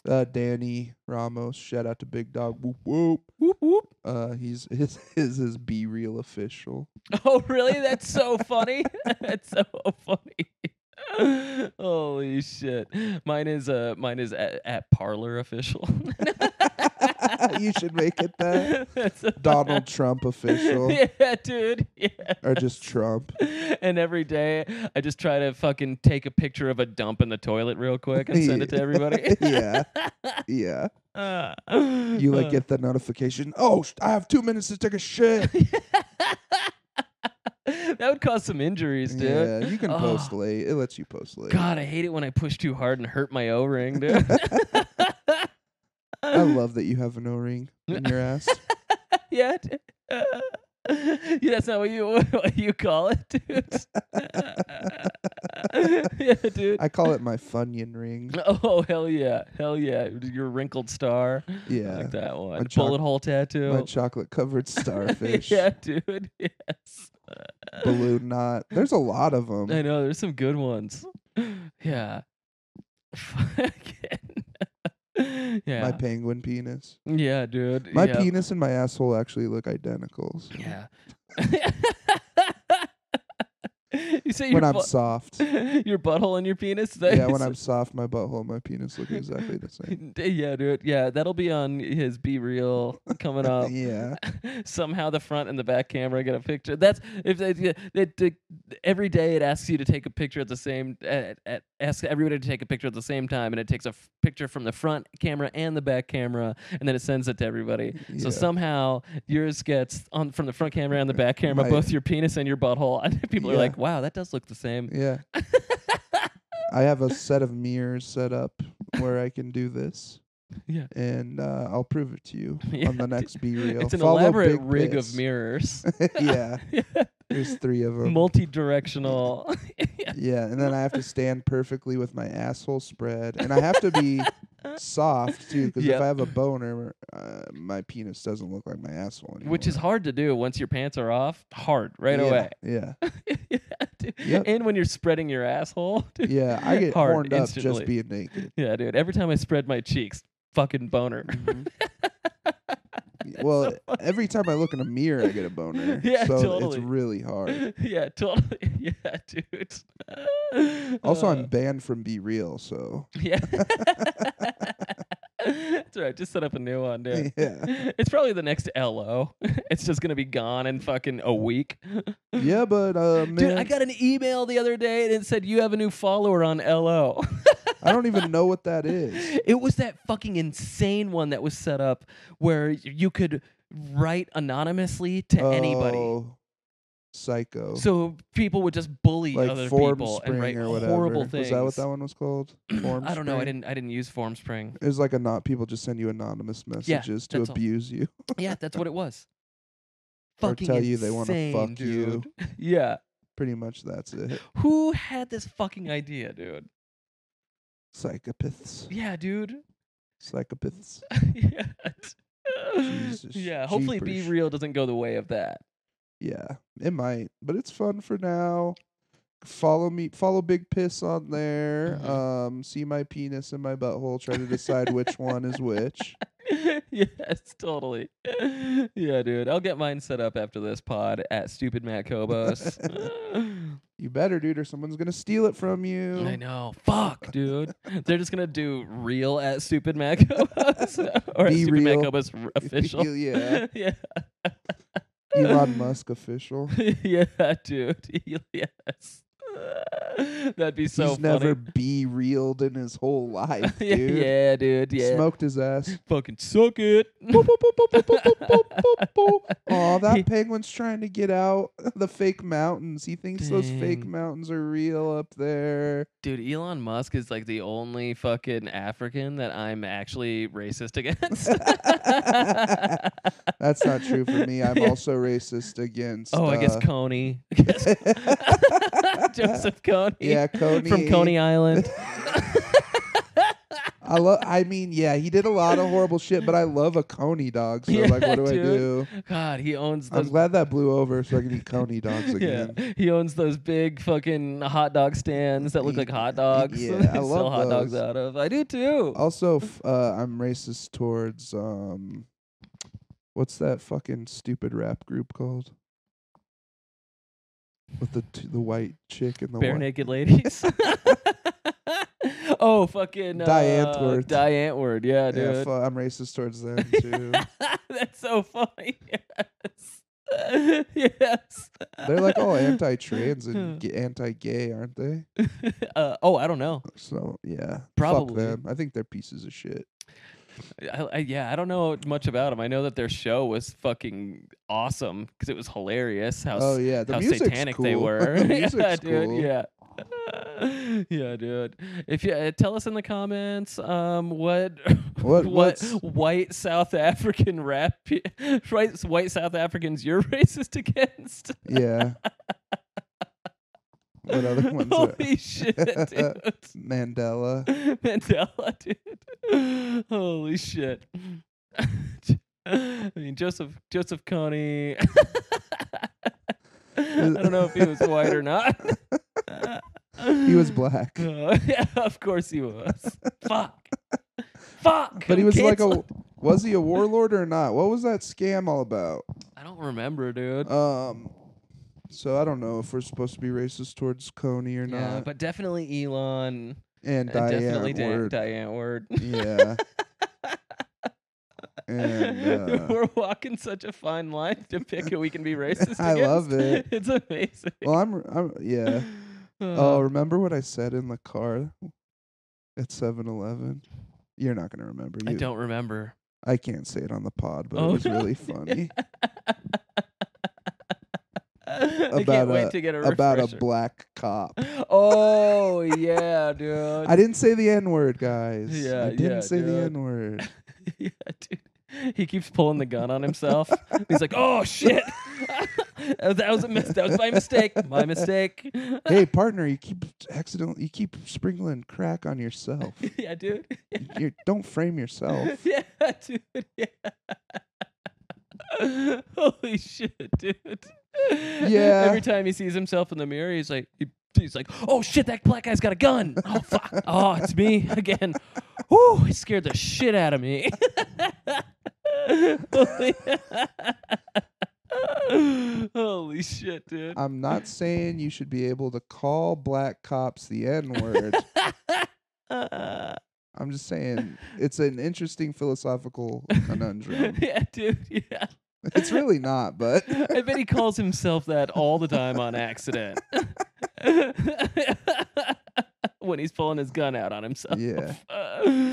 [SPEAKER 1] Uh, Danny Ramos, shout out to Big Dog. Whoop whoop.
[SPEAKER 2] Whoop whoop. (laughs)
[SPEAKER 1] Uh, he's (laughs) his his his B real official. (laughs)
[SPEAKER 2] Oh really? That's so funny. (laughs) That's so funny. (laughs) Holy shit. Mine is uh mine is at, at
[SPEAKER 1] (laughs)
[SPEAKER 2] parlor official. (laughs)
[SPEAKER 1] you should make it that
[SPEAKER 2] That's a-
[SPEAKER 1] Donald Trump official,
[SPEAKER 2] (laughs) Yeah, dude. Yeah.
[SPEAKER 1] or just Trump.
[SPEAKER 2] and every day I just try to fucking take a picture of a dump in the toilet real quick and send
[SPEAKER 1] (laughs)
[SPEAKER 2] it to everybody.
[SPEAKER 1] yeah, yeah.
[SPEAKER 2] Uh,
[SPEAKER 1] You like
[SPEAKER 2] uh,
[SPEAKER 1] get the notification. Oh, sh- I have two minutes to take a shit.
[SPEAKER 2] (laughs) that would cause some injuries, dude.
[SPEAKER 1] Yeah, you can post
[SPEAKER 2] Oh,
[SPEAKER 1] late. It lets you post late.
[SPEAKER 2] God, I hate it when I push too hard and hurt my O
[SPEAKER 1] (laughs)
[SPEAKER 2] ring, dude.
[SPEAKER 1] I love that you have an O-ring in your ass.
[SPEAKER 2] (laughs) yeah. dude. (laughs) yeah, that's not what you (laughs) what you call it, dude. (laughs) yeah, dude.
[SPEAKER 1] I call it my funyun ring.
[SPEAKER 2] Oh hell yeah, hell yeah! Your wrinkled star, I
[SPEAKER 1] Yeah,
[SPEAKER 2] like that one.
[SPEAKER 1] choc-
[SPEAKER 2] Bullet hole tattoo.
[SPEAKER 1] my chocolate-covered starfish
[SPEAKER 2] (laughs) yeah, dude. (laughs) Yes.
[SPEAKER 1] balloon knot. There's a lot of them.
[SPEAKER 2] I know. There's some good ones. (sighs) Yeah. (laughs) Fucking. yeah.
[SPEAKER 1] My penguin penis.
[SPEAKER 2] yeah, dude.
[SPEAKER 1] My
[SPEAKER 2] yeah.
[SPEAKER 1] penis and my asshole actually look identical.
[SPEAKER 2] (laughs)
[SPEAKER 1] so-
[SPEAKER 2] Yeah. you say
[SPEAKER 1] When
[SPEAKER 2] your
[SPEAKER 1] I'm
[SPEAKER 2] bu- (laughs)
[SPEAKER 1] soft.
[SPEAKER 2] your butthole and your penis. (laughs) Is that-
[SPEAKER 1] Yeah, when I'm soft, my butthole and my penis look exactly the
[SPEAKER 2] (laughs)
[SPEAKER 1] same.
[SPEAKER 2] Yeah, dude. Yeah, that'll be on his B reel coming up.
[SPEAKER 1] Yeah.
[SPEAKER 2] somehow the front and the back camera get a picture. That's if they, yeah, they, they- every day it asks you to take a picture at the same at, at asks everybody to take a picture at the same time, and it takes a f- picture from the front camera and the back camera, and then it sends it to everybody. (laughs) So
[SPEAKER 1] Yeah.
[SPEAKER 2] somehow yours gets on from the front camera and the back camera,
[SPEAKER 1] My-
[SPEAKER 2] both your penis and your butthole, and people are
[SPEAKER 1] Yeah.
[SPEAKER 2] like, "Wow, that does look the same."
[SPEAKER 1] Yeah.
[SPEAKER 2] (laughs)
[SPEAKER 1] I have a set of mirrors set up where I can do this.
[SPEAKER 2] Yeah.
[SPEAKER 1] And uh, I'll prove it to you
[SPEAKER 2] (laughs) Yeah,
[SPEAKER 1] on the next B reel.
[SPEAKER 2] It's an
[SPEAKER 1] Follow
[SPEAKER 2] elaborate
[SPEAKER 1] Big
[SPEAKER 2] rig
[SPEAKER 1] Piss.
[SPEAKER 2] of mirrors,
[SPEAKER 1] (laughs)
[SPEAKER 2] (laughs)
[SPEAKER 1] yeah. There's three of them.
[SPEAKER 2] multi-directional.
[SPEAKER 1] yeah. And then I have to stand perfectly with my asshole spread. And I have to be soft, too, because
[SPEAKER 2] Yep.
[SPEAKER 1] if I have a boner, uh, my penis doesn't look like my asshole anymore.
[SPEAKER 2] Which is hard to do once your pants are off. Hard, right
[SPEAKER 1] yeah,
[SPEAKER 2] away.
[SPEAKER 1] Yeah.
[SPEAKER 2] yeah, (laughs) dude.
[SPEAKER 1] Yep.
[SPEAKER 2] And when you're spreading your asshole. (laughs) Dude.
[SPEAKER 1] Yeah. I get
[SPEAKER 2] Hard
[SPEAKER 1] horned up just
[SPEAKER 2] instantly.
[SPEAKER 1] being naked.
[SPEAKER 2] Yeah, dude. Every time I spread my cheeks, fucking boner.
[SPEAKER 1] Y- Well, every time I look in a mirror, I get a boner.
[SPEAKER 2] (laughs) Yeah,
[SPEAKER 1] so
[SPEAKER 2] totally.
[SPEAKER 1] it's really
[SPEAKER 2] (laughs)
[SPEAKER 1] hard.
[SPEAKER 2] yeah, totally. Yeah, dude. (laughs)
[SPEAKER 1] Also,
[SPEAKER 2] Uh,
[SPEAKER 1] I'm banned from Be Real,
[SPEAKER 2] (laughs)
[SPEAKER 1] so
[SPEAKER 2] Yeah. That's right. Just set up a new one, dude.
[SPEAKER 1] (laughs) Yeah.
[SPEAKER 2] (laughs) It's probably the next LO. (laughs) it's just going to be gone in fucking a week.
[SPEAKER 1] yeah. But uh, man,
[SPEAKER 2] Dude, I got an email the other day and it said, You have a new follower on LO.
[SPEAKER 1] I don't even know what that
[SPEAKER 2] (laughs)
[SPEAKER 1] is.
[SPEAKER 2] It was that fucking insane one that was set up where y- you could write anonymously to anybody.
[SPEAKER 1] Oh, Psycho.
[SPEAKER 2] So people would just bully other
[SPEAKER 1] like Form
[SPEAKER 2] people
[SPEAKER 1] Spring
[SPEAKER 2] and write
[SPEAKER 1] or whatever.
[SPEAKER 2] horrible
[SPEAKER 1] Was
[SPEAKER 2] things.
[SPEAKER 1] that what that one was called? Form
[SPEAKER 2] (clears throat) I don't know. I
[SPEAKER 1] Spring?
[SPEAKER 2] didn't. I didn't use
[SPEAKER 1] (laughs)
[SPEAKER 2] Formspring.
[SPEAKER 1] It was like a not people just send you anonymous messages to
[SPEAKER 2] that's all.
[SPEAKER 1] abuse you. (laughs)
[SPEAKER 2] Yeah, that's what it was.
[SPEAKER 1] Or
[SPEAKER 2] Fucking
[SPEAKER 1] tell you they wanna
[SPEAKER 2] insane,
[SPEAKER 1] fuck you.
[SPEAKER 2] dude. (laughs) Yeah,
[SPEAKER 1] pretty much that's it.
[SPEAKER 2] Who had this fucking idea, dude?
[SPEAKER 1] Psychopaths.
[SPEAKER 2] Yeah, dude. (laughs)
[SPEAKER 1] Psychopaths.
[SPEAKER 2] yeah.
[SPEAKER 1] Jesus,
[SPEAKER 2] yeah. Hopefully,
[SPEAKER 1] jeepers.
[SPEAKER 2] be real doesn't go the way of that. (laughs)
[SPEAKER 1] Yeah, it might, but it's fun for now. Follow me, follow Big Piss on there.
[SPEAKER 2] Mhm.
[SPEAKER 1] Um, see my penis and my butthole. Try to
[SPEAKER 2] (laughs)
[SPEAKER 1] decide which one is which.
[SPEAKER 2] yes, totally. (laughs) yeah, dude. I'll get mine set up after this pod at Stupid
[SPEAKER 1] (laughs)
[SPEAKER 2] Matt Kobos. (laughs)
[SPEAKER 1] You better, dude, or someone's gonna steal it from you. (laughs)
[SPEAKER 2] I know. Fuck, dude. They're just gonna do real at Stupid Matt Kobos (laughs) or
[SPEAKER 1] (laughs)
[SPEAKER 2] at
[SPEAKER 1] Be
[SPEAKER 2] Stupid Matt
[SPEAKER 1] real.
[SPEAKER 2] Kobos r- official. (laughs)
[SPEAKER 1] Yeah.
[SPEAKER 2] yeah.
[SPEAKER 1] Elon Musk official.
[SPEAKER 2] yeah, (laughs) dude. (laughs) yes. That'd be so
[SPEAKER 1] He's
[SPEAKER 2] funny.
[SPEAKER 1] never be reeled in his whole life,
[SPEAKER 2] (laughs) yeah,
[SPEAKER 1] dude.
[SPEAKER 2] yeah, dude. Yeah.
[SPEAKER 1] Smoked his
[SPEAKER 2] (laughs)
[SPEAKER 1] ass.
[SPEAKER 2] Fucking suck
[SPEAKER 1] (laughs)
[SPEAKER 2] it. (laughs)
[SPEAKER 1] Oh, that penguin's trying to get out (laughs) the fake mountains. He thinks those fake
[SPEAKER 2] Dang.
[SPEAKER 1] mountains are real up there.
[SPEAKER 2] Dude, Elon Musk is like the only fucking African that I'm actually
[SPEAKER 1] (laughs)
[SPEAKER 2] racist against. (laughs)
[SPEAKER 1] That's not true for me. I'm
[SPEAKER 2] (laughs) Yeah.
[SPEAKER 1] also racist against.
[SPEAKER 2] Oh, I guess
[SPEAKER 1] uh, (laughs)
[SPEAKER 2] Coney. I guess- (laughs) Joseph Coney.
[SPEAKER 1] yeah, Coney
[SPEAKER 2] From
[SPEAKER 1] (laughs)
[SPEAKER 2] Coney Island.
[SPEAKER 1] I love. I mean, yeah, he did a lot of horrible shit, but I love a Coney dog. So
[SPEAKER 2] (laughs) Yeah,
[SPEAKER 1] like, what do I
[SPEAKER 2] dude.
[SPEAKER 1] do?
[SPEAKER 2] God, he owns
[SPEAKER 1] I'm
[SPEAKER 2] those.
[SPEAKER 1] glad that blew over, so I can eat Coney dogs
[SPEAKER 2] (laughs) yeah,
[SPEAKER 1] again.
[SPEAKER 2] he owns those big fucking hot dog stands that look
[SPEAKER 1] Ye-
[SPEAKER 2] like hot dogs. (laughs)
[SPEAKER 1] yeah,
[SPEAKER 2] they
[SPEAKER 1] I
[SPEAKER 2] sell
[SPEAKER 1] love
[SPEAKER 2] hot dogs
[SPEAKER 1] those.
[SPEAKER 2] out of. I do too.
[SPEAKER 1] Also, f- uh, I'm racist towards um, what's that fucking stupid rap group called? With the t- the white chick and the
[SPEAKER 2] Bare
[SPEAKER 1] white- (laughs)
[SPEAKER 2] naked ladies. (laughs) oh, fucking uh,
[SPEAKER 1] Diantworth.
[SPEAKER 2] Diantworth, yeah, dude.
[SPEAKER 1] Yeah, fu- I'm racist towards
[SPEAKER 2] (laughs)
[SPEAKER 1] them too.
[SPEAKER 2] That's so funny. (laughs) Yes. (laughs) yes.
[SPEAKER 1] They're like all anti-trans and g- anti-gay, aren't they?
[SPEAKER 2] (laughs) uh, oh, I don't know.
[SPEAKER 1] So yeah,
[SPEAKER 2] Probably.
[SPEAKER 1] Fuck them. I think they're pieces of shit.
[SPEAKER 2] I, I, yeah, I don't know much about them. I know that their show was fucking awesome because it was hilarious. How
[SPEAKER 1] oh yeah, the
[SPEAKER 2] how
[SPEAKER 1] music's
[SPEAKER 2] satanic
[SPEAKER 1] cool. (laughs)
[SPEAKER 2] they were.
[SPEAKER 1] the music's
[SPEAKER 2] (laughs) yeah,
[SPEAKER 1] cool.
[SPEAKER 2] dude. Yeah. (laughs) yeah, dude. If you uh, tell us in the comments, um, what (laughs)
[SPEAKER 1] What-
[SPEAKER 2] what
[SPEAKER 1] what's-
[SPEAKER 2] white South African rap, (laughs) right? White South Africans you're (laughs) racist against. (laughs)
[SPEAKER 1] Yeah. what other ones? Are?
[SPEAKER 2] (laughs) Holy shit, dude.
[SPEAKER 1] Mandela.
[SPEAKER 2] (laughs) Mandela, dude. Holy shit. (laughs) I mean, Joseph Joseph Coney. (laughs) I don't know if he was white or not.
[SPEAKER 1] (laughs) He was black.
[SPEAKER 2] Uh, (laughs) yeah, of course he was. Fuck. Fuck.
[SPEAKER 1] But he
[SPEAKER 2] I'm
[SPEAKER 1] was like a
[SPEAKER 2] canceled.
[SPEAKER 1] was he a warlord or not? What was that scam all about?
[SPEAKER 2] (laughs) I don't remember, dude.
[SPEAKER 1] Um so I don't know if we're supposed to be racist towards Coney or
[SPEAKER 2] yeah,
[SPEAKER 1] not.
[SPEAKER 2] but definitely Elon.
[SPEAKER 1] and
[SPEAKER 2] and
[SPEAKER 1] Diane
[SPEAKER 2] definitely Dan-
[SPEAKER 1] Ward.
[SPEAKER 2] (laughs) Diane Ward.
[SPEAKER 1] Yeah.
[SPEAKER 2] (laughs)
[SPEAKER 1] and uh,
[SPEAKER 2] We're walking such a fine line to pick who we can
[SPEAKER 1] (laughs)
[SPEAKER 2] be racist.
[SPEAKER 1] I love
[SPEAKER 2] against. It's amazing.
[SPEAKER 1] well I'm I'm yeah.
[SPEAKER 2] Uh.
[SPEAKER 1] Oh, remember what I said in the car at 7-Eleven? You're not gonna remember. You,
[SPEAKER 2] I don't remember. (laughs)
[SPEAKER 1] I can't say it on the pod, but
[SPEAKER 2] Oh,
[SPEAKER 1] it was
[SPEAKER 2] no. (laughs)
[SPEAKER 1] really funny.
[SPEAKER 2] I
[SPEAKER 1] About
[SPEAKER 2] can't wait
[SPEAKER 1] a-
[SPEAKER 2] to get a
[SPEAKER 1] about a
[SPEAKER 2] refresher.
[SPEAKER 1] black cop.
[SPEAKER 2] oh yeah, dude.
[SPEAKER 1] (laughs) I didn't say the N word, guys.
[SPEAKER 2] Yeah,
[SPEAKER 1] I didn't
[SPEAKER 2] yeah,
[SPEAKER 1] say the
[SPEAKER 2] dude.
[SPEAKER 1] N
[SPEAKER 2] (laughs)
[SPEAKER 1] word.
[SPEAKER 2] (laughs) yeah, dude. He keeps pulling the gun on himself. He's like,
[SPEAKER 1] (laughs)
[SPEAKER 2] "Oh shit, (laughs) that was a mis- that was my mistake. My mistake." (laughs)
[SPEAKER 1] hey, partner, you keep accidentally you keep sprinkling crack on yourself.
[SPEAKER 2] yeah, dude. (laughs)
[SPEAKER 1] you don't frame yourself.
[SPEAKER 2] yeah, (laughs) dude. Yeah. Holy shit, dude.
[SPEAKER 1] Yeah.
[SPEAKER 2] Every time he sees himself in the mirror, he's like, he- he's like, oh shit, that black guy's got a gun. Oh fuck. oh, it's me again. Whoo, it scared the shit out of me. (laughs) Holy, (laughs) Holy shit, dude.
[SPEAKER 1] I'm not saying you should be able to call black cops the N
[SPEAKER 2] (laughs)
[SPEAKER 1] word.
[SPEAKER 2] Uh,
[SPEAKER 1] I'm just saying it's an interesting
[SPEAKER 2] (laughs)
[SPEAKER 1] philosophical conundrum.
[SPEAKER 2] yeah, dude. Yeah.
[SPEAKER 1] It's really not, but
[SPEAKER 2] I bet he calls himself that all the time on accident. (laughs) when he's pulling his gun out on himself.
[SPEAKER 1] yeah.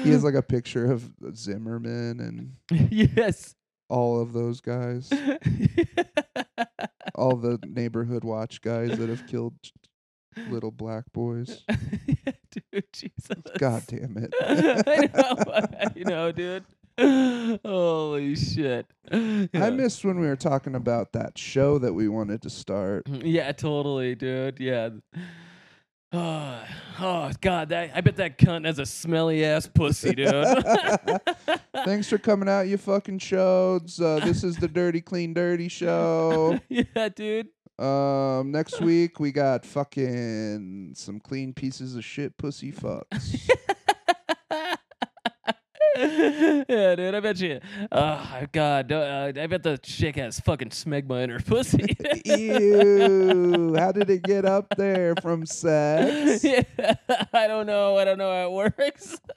[SPEAKER 1] He has like a picture of Zimmerman and
[SPEAKER 2] (laughs) yes. (laughs)
[SPEAKER 1] all of those guys, all the neighborhood watch guys that have
[SPEAKER 2] (laughs)
[SPEAKER 1] killed little black boys.
[SPEAKER 2] (laughs) Yeah, dude, Jesus.
[SPEAKER 1] God damn it.
[SPEAKER 2] I know. I know, dude. Holy shit.
[SPEAKER 1] I
[SPEAKER 2] Yeah.
[SPEAKER 1] missed when we were talking about that show that we wanted to start.
[SPEAKER 2] (laughs) Yeah, totally, dude. Yeah. (sighs) Oh, oh God! That, I bet that cunt has a smelly ass pussy, dude. (laughs)
[SPEAKER 1] Thanks for coming out, you fucking shows. Uh, this is the Dirty Clean Dirty
[SPEAKER 2] (laughs)
[SPEAKER 1] show.
[SPEAKER 2] yeah, dude.
[SPEAKER 1] Um, next week we got fucking some clean pieces of shit pussy fucks.
[SPEAKER 2] yeah, dude. I bet you. Oh God! Uh, I bet the chick has fucking smegma in her (laughs) pussy.
[SPEAKER 1] Ew! How did it get up there from sex?
[SPEAKER 2] yeah, (laughs) I don't know. I don't know how it works. (laughs)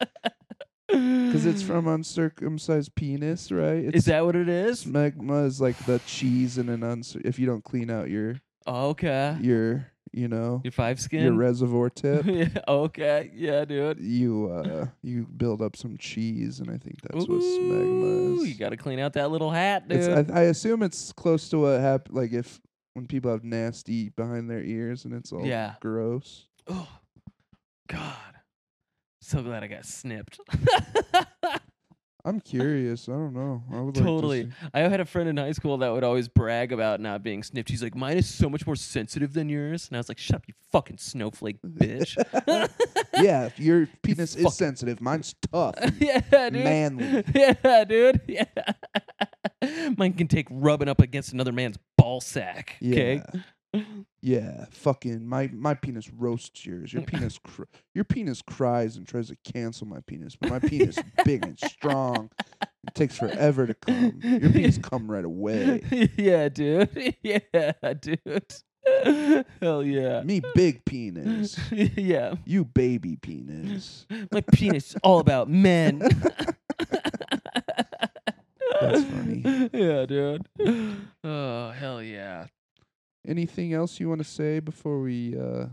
[SPEAKER 1] Because it's from uncircumcised penis, right? It's
[SPEAKER 2] Is that what it is?
[SPEAKER 1] smegma is like the cheese in an uncir- if you don't clean out your
[SPEAKER 2] Okay.
[SPEAKER 1] your you know
[SPEAKER 2] Your five skin. (laughs)
[SPEAKER 1] your reservoir tip.
[SPEAKER 2] yeah, okay. Yeah, dude.
[SPEAKER 1] you uh you build up some cheese and i think that's what
[SPEAKER 2] Ooh,
[SPEAKER 1] smegma is
[SPEAKER 2] You got to clean out that little hat, dude.
[SPEAKER 1] it's, I, I assume it's close to what happened like if when people have nasty behind their ears and it's all
[SPEAKER 2] Yeah.
[SPEAKER 1] gross
[SPEAKER 2] oh, God. So glad I got snipped.
[SPEAKER 1] i'm curious i don't know i would
[SPEAKER 2] totally.
[SPEAKER 1] like to see-
[SPEAKER 2] I had a friend in high school that would always brag about not being snipped. He's like, mine is so much more sensitive than yours. And I was like, shut up, you fucking snowflake
[SPEAKER 1] (laughs)
[SPEAKER 2] bitch. (laughs)
[SPEAKER 1] yeah if your penis
[SPEAKER 2] fucking-
[SPEAKER 1] is sensitive mine's tough
[SPEAKER 2] yeah, dude.
[SPEAKER 1] Manly.
[SPEAKER 2] (laughs) Yeah, dude. Yeah. Mine can take rubbing up against another man's ball sack. (laughs) Okay.
[SPEAKER 1] Yeah. Yeah, fucking my my penis roasts yours. Your penis cr- your penis cries and tries to cancel my penis, but my penis is big and strong. It takes forever to come. Your penis come right away.
[SPEAKER 2] (laughs) yeah, dude. (laughs) Yeah, dude. (laughs) Hell yeah.
[SPEAKER 1] Me big penis.
[SPEAKER 2] yeah.
[SPEAKER 1] You baby penis.
[SPEAKER 2] My penis is all about men.
[SPEAKER 1] (laughs) That's funny.
[SPEAKER 2] (laughs) Yeah, dude. (sighs) Oh, hell yeah.
[SPEAKER 1] Anything else you want to say before we uh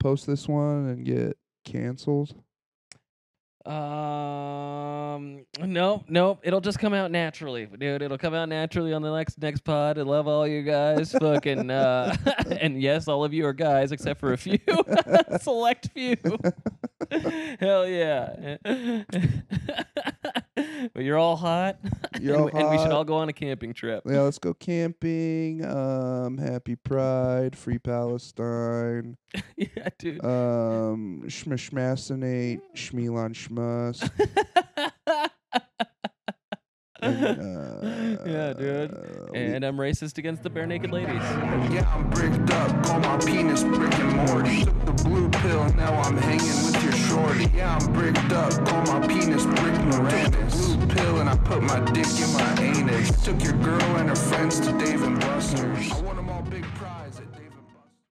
[SPEAKER 1] post this one and get canceled?
[SPEAKER 2] Um, no, no, it'll just come out naturally, dude. It'll come out naturally on the next next pod. I love all you
[SPEAKER 1] (laughs)
[SPEAKER 2] guys, fucking, uh, (laughs) and yes, all of you are guys except for a few, (laughs) select few. (laughs) Hell yeah, (laughs) but you're all hot, (laughs)
[SPEAKER 1] You're
[SPEAKER 2] and,
[SPEAKER 1] all
[SPEAKER 2] we- and we should
[SPEAKER 1] hot.
[SPEAKER 2] all go on a camping trip. (laughs)
[SPEAKER 1] Yeah, let's go camping. Um happy pride, free Palestine.
[SPEAKER 2] yeah, dude. (laughs)
[SPEAKER 1] Um, Schmashmassinate, Schmelon Schmus. and,
[SPEAKER 2] yeah, dude.
[SPEAKER 1] uh, we-
[SPEAKER 2] And I'm racist against the bare naked ladies.
[SPEAKER 4] Yeah, I'm bricked up, call my penis Brick and Morty. Took the blue pill, now I'm hanging with your shorty. Yeah, I'm bricked up, call my penis Brick Moranis. Blue pill and I put my dick in my anus. Took your girl and her friends to Dave and Buster's. I wanna